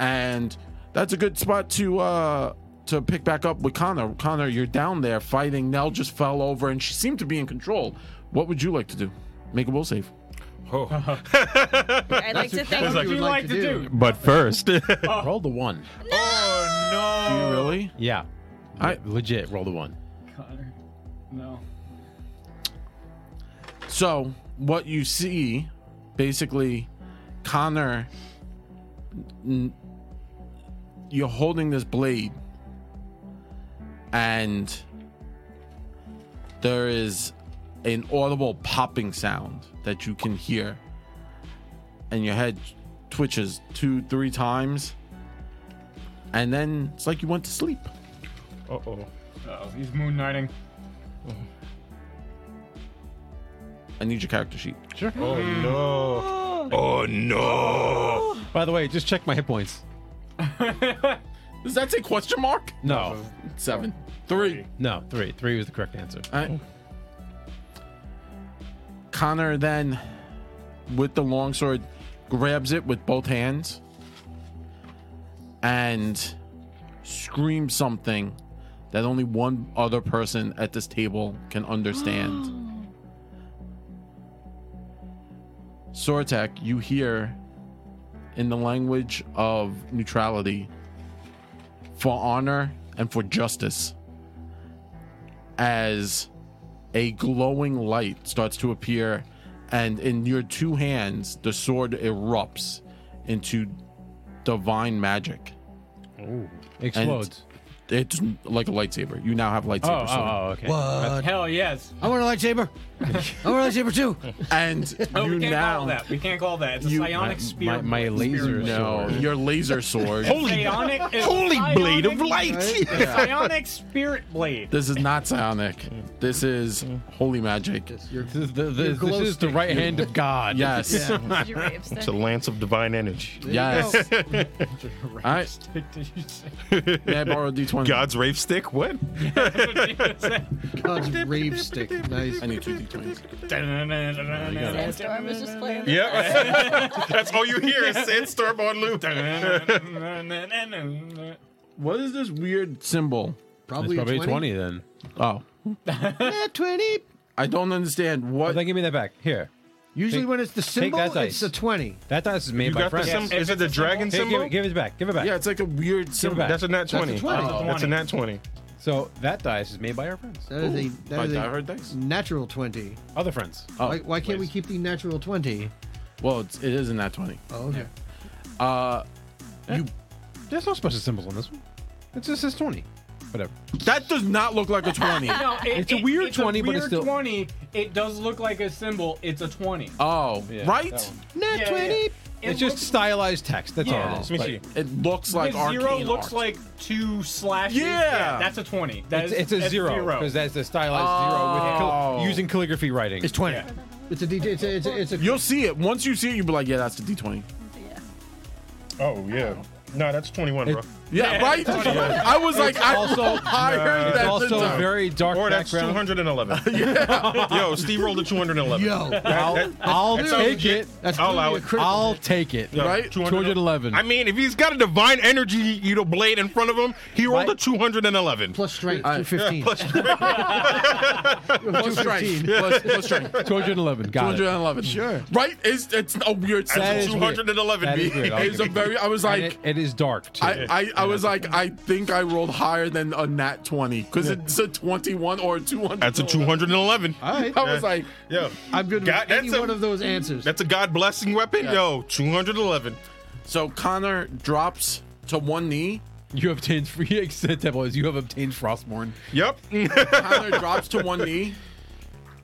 S1: And that's a good spot to uh to pick back up with Connor. Connor, you're down there fighting. Nell just fell over and she seemed to be in control. What would you like to do? Make a will save.
S8: Oh.
S4: I'd like to
S9: What
S4: think.
S9: would you like, to do?
S3: But first,
S6: Roll the one.
S1: Do you really?
S6: Yeah.
S1: I-
S6: legit roll the one.
S9: Connor. No.
S1: So what you see, basically, Connor, n- you're holding this blade, and there is an audible popping sound that you can hear, and your head twitches two, three times, and then it's like you went to sleep.
S8: Uh oh.
S9: Uh-oh, he's moon knighting.
S1: I need your character sheet.
S8: Oh no. Oh no.
S6: By the way, just check my hit points.
S1: Does that say question mark?
S6: No.
S1: Seven, three.
S6: No, three. Three was the correct answer.
S1: All right. Connor then, with the longsword, grabs it with both hands and screams something that only one other person at this table can understand. Sortek, you hear in the language of neutrality for honor and for justice as a glowing light starts to appear, and in your two hands, the sword erupts into divine magic.
S6: Explodes.
S1: It's like a lightsaber. You now have lightsaber
S9: Oh, oh,
S1: sword.
S9: oh, okay.
S2: What?
S9: Hell yes.
S2: Uh, I want a lightsaber. I want a lightsaber too.
S1: and
S9: Oh,
S1: you
S9: we can't
S1: now
S9: call that. We can't call that. It's a
S1: you-
S9: psionic
S3: My,
S9: spear.
S3: my laser
S9: spirit.
S1: no,
S3: sword.
S1: your laser sword.
S3: Holy,
S9: Psionic is
S3: holy
S9: psionic-
S3: blade of light!
S9: Psionic spirit blade.
S1: This is not psionic. This is holy magic.
S11: Your
S6: This is the,
S11: Your
S6: this,
S11: glow
S6: this is the
S11: stick.
S6: right hand of God.
S1: Yes.
S4: You're right, upstairs.
S8: It's a lance of divine energy.
S1: Yes.
S9: Right
S1: All right.
S9: stick, did you say?
S1: May I borrow a D20?
S8: God's rave stick? What?
S2: God's rave stick. Nice.
S1: I need two D20s.
S10: Sandstorm was just playing.
S8: Yeah. That's all you hear is Sandstorm on loop.
S1: What is this weird symbol?
S6: It's
S2: Probably,
S6: probably
S2: a 20.
S6: 20 then.
S1: Oh,
S2: Yeah, 20.
S1: I don't understand.
S6: Well,
S1: What?
S6: then give me that back. Here.
S2: Usually
S6: Take-
S2: when it's the symbol,
S6: that
S2: it's
S6: dice.
S2: a 20.
S6: That dice is made
S8: You
S6: by
S8: got the
S6: friends.
S8: symbol?
S9: Yes.
S8: Is it the dragon
S6: Hey, give,
S8: symbol?
S6: it, give it back. Give it back.
S1: Yeah, it's like a weird symbol.
S6: back.
S8: That's a nat 20.
S2: That's a 20.
S8: That's
S6: Oh,
S8: a nat 20.
S6: So that dice is made by our friends.
S2: That is
S1: Ooh,
S2: a, that
S1: by
S2: is a
S1: diehard dice?
S2: natural 20.
S6: Other friends.
S1: Oh,
S2: why, why can't we
S1: please.
S2: keep the natural 20?
S1: Well, it's, it is a nat 20.
S2: Oh, okay.
S1: You,
S6: There's no special symbols on this one. It's just says 20. Whatever.
S1: that does not look like a 20.
S9: No, it-
S6: It's a
S9: it-
S6: weird 20, but it's
S9: weird
S6: still-
S9: 20. It does look like a symbol. It's a 20.
S1: Oh,
S6: Yeah, that
S1: right?
S6: one.
S2: Nat
S9: Yeah,
S2: 20.
S9: yeah. It
S6: it's just
S9: looks-
S6: stylized text. That's
S9: Yeah.
S6: all it is.
S8: Let me
S6: But
S8: see.
S1: It looks
S9: the
S1: like arcane
S9: zero looks
S1: art.
S9: like two slashes.
S1: Yeah.
S9: that's a 20. That's
S6: It's, it's a zero because that's the stylized zero with
S1: Oh.
S6: cal- using calligraphy writing.
S2: It's 20.
S9: Yeah.
S2: It's a DJ. It's a, it's a, it's a
S1: You'll see it. Once you see it, you'll be like, yeah, that's the D20.
S8: Oh, yeah. No, that's 21, bro.
S1: Yeah, right? I was like, I
S6: also-
S1: I heard
S6: It's
S1: that.
S6: also
S1: symbol.
S6: a very dark
S8: Or that's
S6: background.
S8: 211. Yo, Steve rolled a 211.
S2: yo.
S6: I'll, I'll
S8: that's
S6: take
S8: how-
S6: it.
S2: That's
S8: I'll
S2: clearly
S8: allow
S2: a
S8: it.
S2: critical.
S6: I'll take it.
S8: Yo,
S1: Right?
S6: 211.
S8: I mean, if he's got a divine energy, you know, blade in front of him, he rolled
S6: Right.
S8: a 211.
S2: plus strength
S1: I-
S2: 215.
S1: Plus strength. Plus, plus strength.
S6: 211. Got it.
S1: 211. Sure. Right? It's, it's a weird
S6: That is
S1: symbol.
S6: weird.
S8: 211
S6: That is
S8: B.
S6: weird. I'll
S1: It's
S6: give
S1: a
S6: it.
S1: very, I was
S6: And
S1: like,
S6: it- it is dark too.
S1: I, I, I was like, I think I rolled higher than a nat 20 because it's a 21 or a 200.
S8: That's a 211.
S6: All right.
S1: I was like,
S8: Yo,
S2: I'm good with
S8: God, that's
S2: any
S8: a-
S2: one of those answers.
S8: that's a God blessing weapon. Yo, 211.
S1: so Connor drops to one knee.
S6: You have obtained free extent devil is you have obtained frostborn.
S8: Yep.
S1: Connor drops to one knee,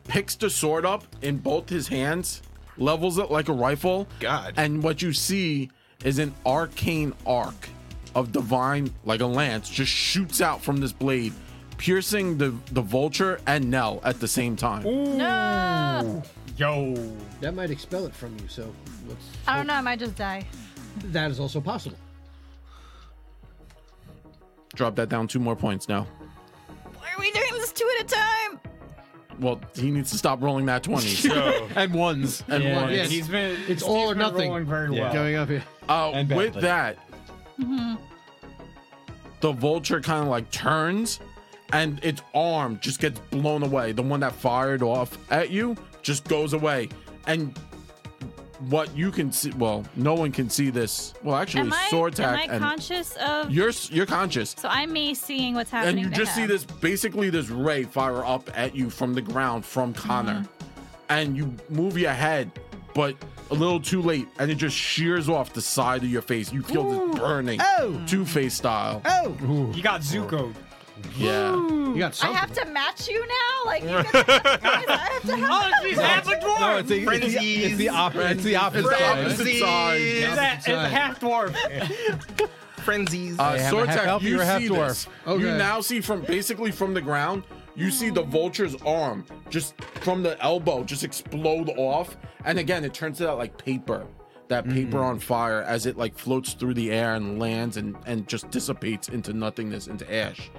S1: picks the sword up in both his hands, levels it like a rifle.
S8: God.
S1: And what you see is an arcane arc of divine, like a lance, just shoots out from this blade, piercing the, the vulture and Nell at the same time.
S9: Yo.
S11: That might expel it from you, so let's,
S4: I don't know. I might just die.
S11: that is also possible.
S1: Drop that down two more points now.
S4: Why are we doing this two at a time?
S1: Well, he needs to stop rolling that 20. so-
S8: Yo.
S6: And ones.
S1: and
S9: Yeah,
S1: one.
S2: yes.
S9: he's been. It's
S2: all or nothing.
S9: Rolling very
S6: Yeah.
S9: well.
S2: Going up here.
S1: Uh,
S6: And
S1: with
S6: badly.
S1: that, the vulture kind of like turns and its arm just gets blown away. The one that fired off at you just goes away. And what you can see, well, no one can see this. Well, actually,
S10: Am I,
S1: sword
S10: am
S1: tack.
S10: I
S1: and
S10: conscious of?
S1: you're, s- you're conscious.
S10: so I'm me seeing what's
S1: And
S10: happening.
S1: you
S10: to
S1: just see
S10: him.
S1: this basically this ray fire up at you from the ground from Connor. And you move your head, but a little too late, and it just shears off the side of your face. You feel this burning
S2: Oh.
S1: Two Face style.
S9: You got Zuko.
S1: Yeah.
S2: You got
S4: I
S2: something.
S4: have to match you now. Like you guys, I have to help.
S9: Oh, she's half a dwarf.
S6: No, it's the, it's the, it's the op- it's the opposite.
S1: Frenzies.
S6: side.
S9: It's that- it's
S2: Sorry.
S9: half dwarf.
S8: Frenzies.
S1: Uh,
S6: have a half
S1: Sortak,
S6: elf,
S1: you
S6: you're a half
S1: see
S6: dwarf.
S1: this.
S2: Okay.
S1: You now see from basically from the ground, you see the vulture's arm just from the elbow just explode off. And again, it turns to that like paper. That
S6: Mm-hmm.
S1: paper on fire as it like floats through the air and lands and, and just dissipates into nothingness, into ash.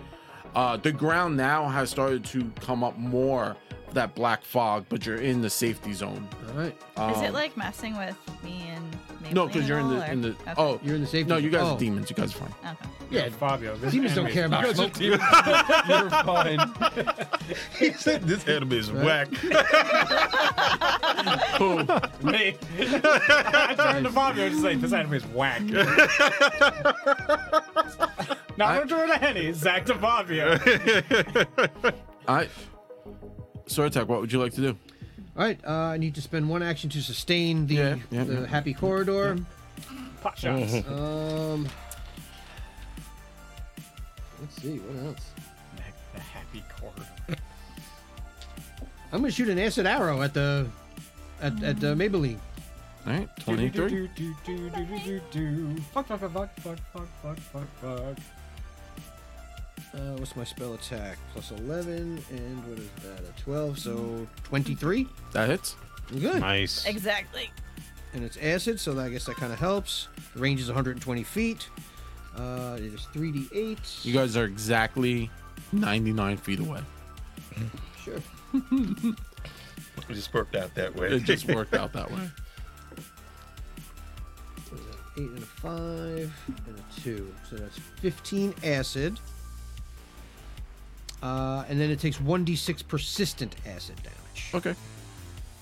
S1: Uh, the ground now has started to come up more of that black fog, but you're in the safety zone.
S2: All right.
S4: Is it like messing with me and me?
S1: Oh. No, because you're in the in the oh
S2: You're in the safety
S1: No, you guys
S2: zone.
S1: are demons. You guys are fine.
S4: Okay.
S2: Yeah,
S9: Fabio. This
S2: demons don't care about smoke.
S6: You're fine.
S8: this anime is whack.
S9: Me. I turned to Fabio and just like, this anime's whack. now I'm turn to Henny. Zach to Fabio.
S1: All right. Sortak, what would you like to do?
S2: All right. Uh, I need to spend one action to sustain the,
S1: Yeah, yeah,
S2: the
S1: yeah.
S2: happy corridor.
S9: Pot shots.
S2: Um. Let's see what else.
S9: Heck, The happy card.
S2: I'm gonna shoot an acid arrow at the at at uh, Maybelline.
S1: All right, 23.
S9: Do, do, do, do, do, do, do, do. Fuck, fuck, fuck, fuck, fuck, fuck, fuck, fuck, fuck.
S2: Uh, what's my spell attack? Plus 11, and what is that? A 12, so 23.
S1: That hits.
S2: Good.
S12: Nice.
S4: Exactly.
S2: and it's acid, so I guess that kind of helps. The range is 120 feet. Uh, it is 3d8.
S1: You guys are exactly 99 feet away.
S2: sure.
S8: It just worked out that way.
S1: It just worked out that way.
S2: What is that? Eight and a five and a two, so that's 15 acid. Uh, and then it takes 1d6 persistent acid damage.
S1: Okay.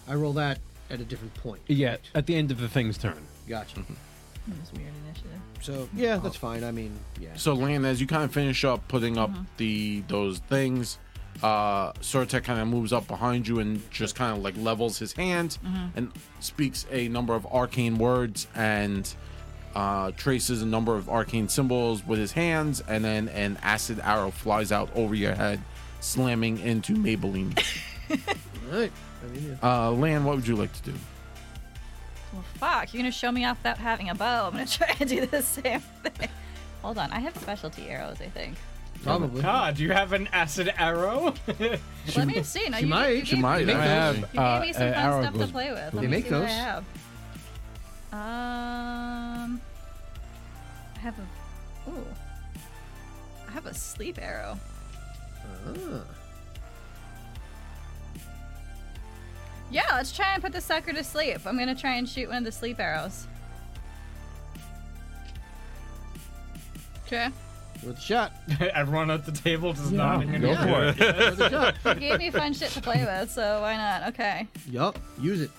S2: I roll that at a different point.
S6: Yeah, at the end of the thing's turn.
S2: Gotcha.
S4: That was weird initiative.
S2: So yeah, that's fine. I mean, yeah.
S1: So, Lan, as you kind of finish up putting up the those things, uh, Sortek kind of moves up behind you and just kind of like levels his hand and speaks a number of arcane words and uh, traces a number of arcane symbols with his hands, and then an acid arrow flies out over your head, slamming into Maybelline.
S2: All right. I mean, yeah.
S1: Uh, Lan, what would you like to do?
S4: Well, fuck, you're gonna show me off without having a bow. I'm gonna try and do the same thing. Hold on, I have specialty arrows, I think.
S2: probably.
S9: Ah, do you have an acid arrow?
S4: Let me see. No,
S2: she
S4: you,
S2: might-
S4: You,
S2: she
S4: gave,
S1: might.
S4: You
S1: I
S4: gave,
S1: have,
S4: you gave
S1: uh,
S4: me some
S1: an
S4: fun
S1: arrow
S4: stuff
S1: goes-
S4: to play with. Let
S2: They
S4: me
S2: make
S4: see what
S2: those?
S4: I have. Um, I have a. Ooh, I have a sleep arrow.
S2: Ah.
S4: Yeah, let's try and put the sucker to sleep. I'm gonna try and shoot one of the sleep arrows. Okay.
S2: With a shot.
S9: Everyone at the table just nodding. and-
S2: Yeah. With a shot.
S4: You gave me fun shit to play with, so why not? Okay.
S2: Yup. Use it.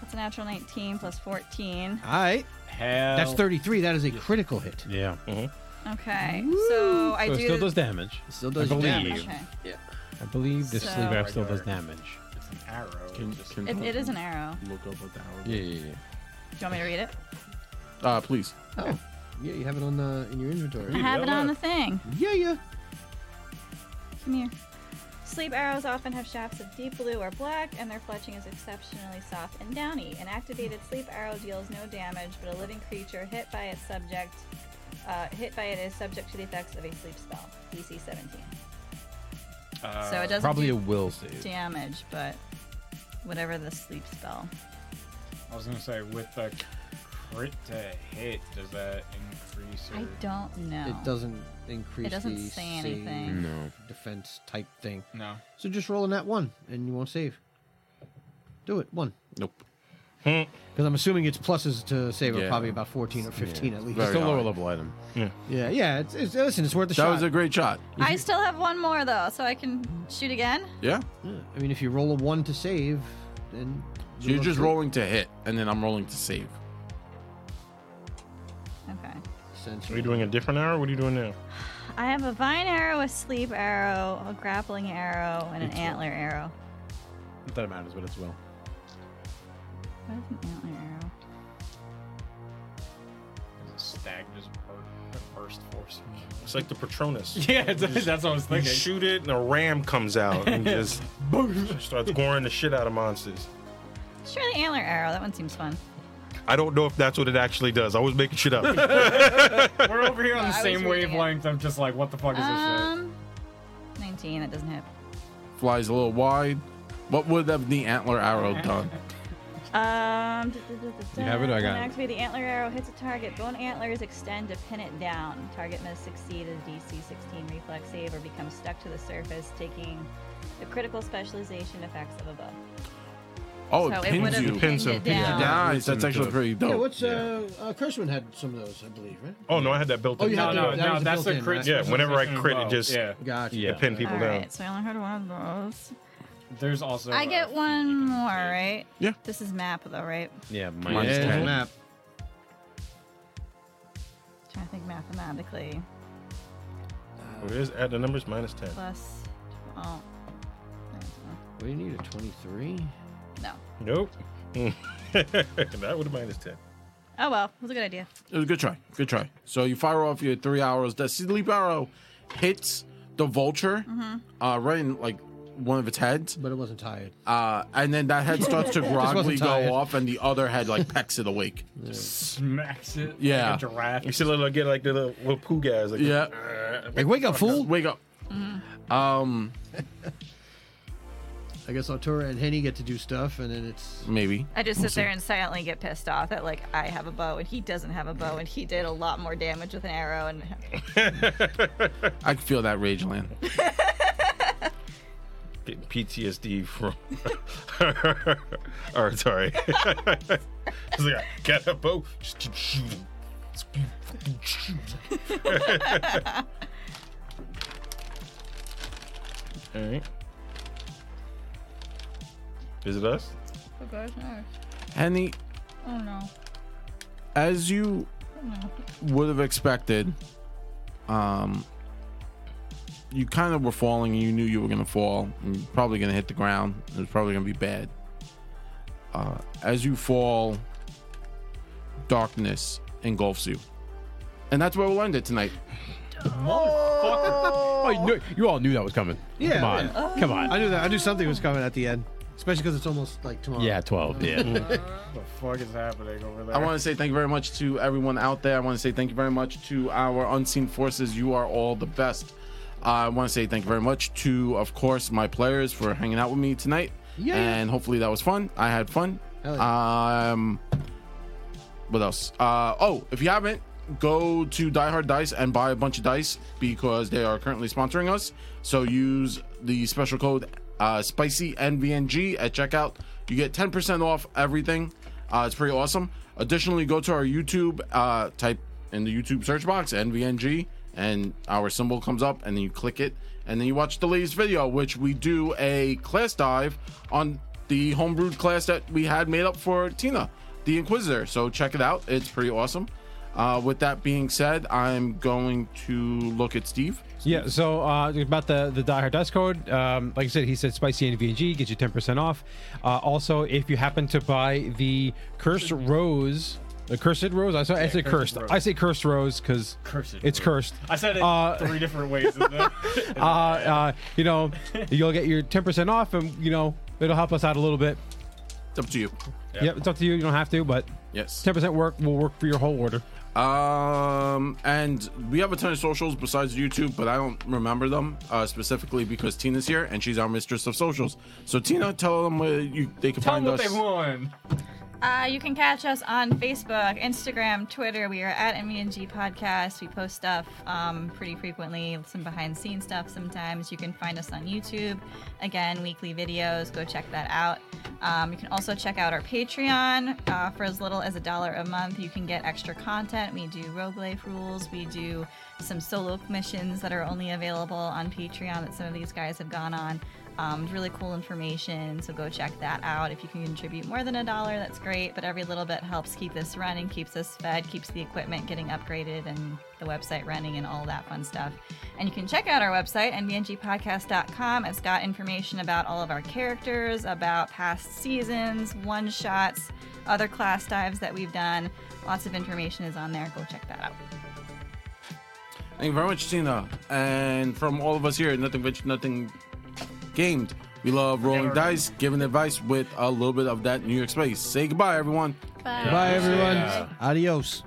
S4: That's a natural 19 plus 14.
S2: All right.
S9: Hell.
S2: That's 33. That is a critical hit.
S6: Yeah.
S4: Okay. So I
S6: So it
S4: do.
S6: still does damage.
S2: Still does
S6: I believe.
S2: damage.
S4: okay.
S6: I believe this
S4: So-
S6: sleeve arrow still does
S9: Regular.
S6: damage.
S9: It's an arrow.
S1: Can,
S9: Just-
S1: can
S4: It, it is an arrow.
S1: look up at the arrow.
S6: Yeah, yeah, yeah.
S4: Do you want me to read it?
S1: Uh, please.
S2: Oh. Yeah, you have it on the in your inventory.
S4: I have it on the thing.
S2: Yeah, yeah.
S4: Come here. Sleep arrows often have shafts of deep blue or black, and their fletching is exceptionally soft and downy. An activated sleep arrow deals no damage, but a living creature hit by its subject, uh, hit by it is subject to the effects of a sleep spell. DC 17.
S9: uh,
S4: so it doesn't
S6: Probably a
S4: do
S6: will save.
S4: damage, but whatever the sleep spell.
S9: I was gonna say with the crit to hit, does that increase? Or...
S4: I don't know.
S2: It doesn't increase
S4: It doesn't
S2: the
S4: say
S2: save
S4: anything.
S13: No.
S2: defense type thing.
S9: No.
S2: So just roll a nat one, and you won't save. Do it one,
S1: Nope.
S8: Hmm.
S2: because I'm assuming its pluses to save are
S1: Yeah.
S2: probably about 14 or 15 at least.
S1: Very
S6: It's a lower
S1: odd.
S6: level item.
S2: Yeah, yeah. It's, it's, listen, it's worth a
S1: That
S2: shot.
S1: was a great shot.
S4: I still have one more though, so I can shoot again.
S1: Yeah.
S2: Yeah, I mean, if you roll a one to save, then
S1: So you're just
S2: roll.
S1: rolling to hit, and then I'm rolling to save.
S4: Okay.
S2: Since
S8: Are you doing a different arrow? What are you doing now?
S4: I have a vine arrow, a sleep arrow, a grappling arrow, and an antler arrow.
S6: Not that it matters, but it's will.
S4: What is an antler arrow?
S9: Does a stag just bur- burst force?
S8: It's like the Patronus.
S9: Yeah, that's that's what I was
S8: You
S9: thinking.
S8: shoot it, and a ram comes out and just starts goring the shit out of monsters.
S4: Let's try the antler arrow. That one seems fun.
S8: I don't know if that's what it actually does. I was making shit up.
S9: We're over here on
S4: I
S9: the
S4: was
S9: same
S4: reading it.
S9: wavelength. I'm just like, what the fuck is this
S4: Um, 19. That doesn't hit.
S1: Flies a little wide. What would have the antler arrow done?
S4: Um,
S6: You have it or I got it?
S4: Activate the antler arrow. Hits a target. Bone antlers extend to pin it down. Target must succeed a DC 16 reflex save or become stuck to the surface, taking the critical specialization effects of a bow.
S1: Oh,
S4: so
S1: it
S4: it would
S1: pins
S4: have
S1: you.
S4: pinned
S8: Pins him.
S4: it
S8: Pins you
S4: down.
S1: Nice. That's actually pretty
S2: yeah,
S1: dope.
S2: what's uh, uh, Kershwin had some of those, I believe, right?
S8: oh no, I had that built
S2: Oh,
S8: in.
S2: you
S9: No,
S2: had
S9: no,
S2: that
S9: no,
S2: was
S9: that's the
S2: built in,
S9: crit.
S2: right?
S8: Yeah, whenever I
S9: position
S8: crit, it
S9: above.
S8: just-
S9: yeah.
S2: Gotcha.
S6: Yeah.
S8: Pin people
S4: All
S8: down.
S4: right, so I only heard one of those.
S9: There's also.
S4: I
S9: uh,
S4: get one more, right?
S1: Yeah.
S4: This is map though, right?
S6: Yeah,
S1: Minus
S6: ten.
S1: ten.
S2: Map.
S4: trying to think mathematically.
S8: It is at the numbers minus ten.
S4: Plus, oh,
S2: What do you need? A 23?
S4: no.
S8: Nope. that would have minus ten.
S4: Oh well, it was a good idea.
S1: It was a good try. Good try. So you fire off your three arrows. That sleep arrow hits the vulture
S4: Mm-hmm.
S1: uh, right in like one of its heads,
S2: but it wasn't tired.
S1: uh, and then that head starts to groggily
S2: wasn't
S1: go
S2: tired.
S1: off, and the other head like pecks it awake.
S9: Smacks it.
S1: Yeah.
S9: Like a giraffe.
S8: You see, little get like the little, little poo guys. Like,
S1: Yeah.
S2: Like, wake up, fool!
S1: Wake up. Um,
S2: I guess Altura and Henny get to do stuff, and then it's
S1: maybe.
S4: I just sit there and silently get pissed off that like I have a bow and he doesn't have a bow and he did a lot more damage with an arrow and
S1: I can feel that rage land.
S8: Getting PTSD from. Or sorry. It's like, I got a bow. Just keep shooting. Just keep fucking shooting. All right. Is it us?
S4: Oh gosh, no.
S1: Henny,
S4: Oh no.
S1: as you would have expected, um, you kind of were falling and you knew you were going to fall and you're probably going to hit the ground. It was probably going to be bad. Uh, as you fall, darkness engulfs you. And that's where we'll end it tonight.
S6: Oh, you, knew- you all knew that was coming.
S2: Yeah,
S6: Come on.
S4: Oh.
S6: Come on.
S2: I knew that. I knew something was coming at the end, especially because it's almost like tomorrow.
S6: Yeah, 12. Yeah.
S3: the fuck is happening over there?
S1: I want to say thank you very much to everyone out there. I want to say thank you very much to our unseen forces. You are all the best. Uh, I want to say thank you very much to, of course, my players for hanging out with me tonight.
S2: Yeah.
S1: And hopefully that was fun. I had fun.
S2: Hell
S1: Um, what else? Uh, oh, if you haven't, go to Die Hard Dice and buy a bunch of dice because they are currently sponsoring us. So use the special code uh, Spicy NVNG at checkout. You get 10% off everything. Uh, it's pretty awesome. Additionally, go to our YouTube, uh, type in the YouTube search box NVNG, and our symbol comes up, and then you click it, and then you watch the latest video, which we do a class dive on the homebrewed class that we had made up for Tina the Inquisitor. So check it out; it's pretty awesome. Uh, with that being said, I'm going to look at Steve.
S6: Yeah, so uh, about the the Die Hard Dice code, um, like I said, he said spicy and VNG gets you ten percent off. Uh, also, if you happen to buy the cursed rose, the cursed rose, I, saw, I say
S9: cursed
S6: cursed,
S9: rose.
S6: I say cursed rose because
S9: Cursed
S6: it's
S9: rose.
S6: cursed.
S9: I said it
S6: Uh,
S9: three different ways. in the-
S6: uh, uh, you know, you'll get your ten percent off, and you know it'll help us out a little bit.
S1: It's up to you.
S6: Yep, it's up to you. You don't have to, but
S1: Yes.
S6: ten percent work will work for your whole order.
S1: Um, and we have a ton of socials besides YouTube, but I don't remember them uh, specifically because Tina's here and she's our mistress of socials. So Tina, tell them where you they can
S9: Tell them
S1: find
S9: what
S1: us.
S9: they won.
S4: Uh, you can catch us on Facebook, Instagram, Twitter. We are at MVNG Podcast. We post stuff um, pretty frequently, some behind the scenes stuff sometimes. You can find us on YouTube. Again, weekly videos. Go check that out. Um, you can also check out our Patreon. Uh, for as little as a dollar a month, you can get extra content. We do roguelife rules. We do some solo missions that are only available on Patreon that some of these guys have gone on. Um, it's really cool information, so go check that out. If you can contribute more than a dollar, that's great, but every little bit helps keep this running, keeps us fed, keeps the equipment getting upgraded and the website running and all that fun stuff. And you can check out our website, nbngpodcast.com. It's got information about all of our characters, about past seasons, one shots, other class dives that we've done. Lots of information is on there. Go check that out.
S1: Thank you very much, Tina. And from all of us here, at nothing rich, nothing gamed. We love rolling dice, giving advice with a little bit of that New York space. Say goodbye, everyone.
S10: Bye.
S2: Bye, everyone. Adios.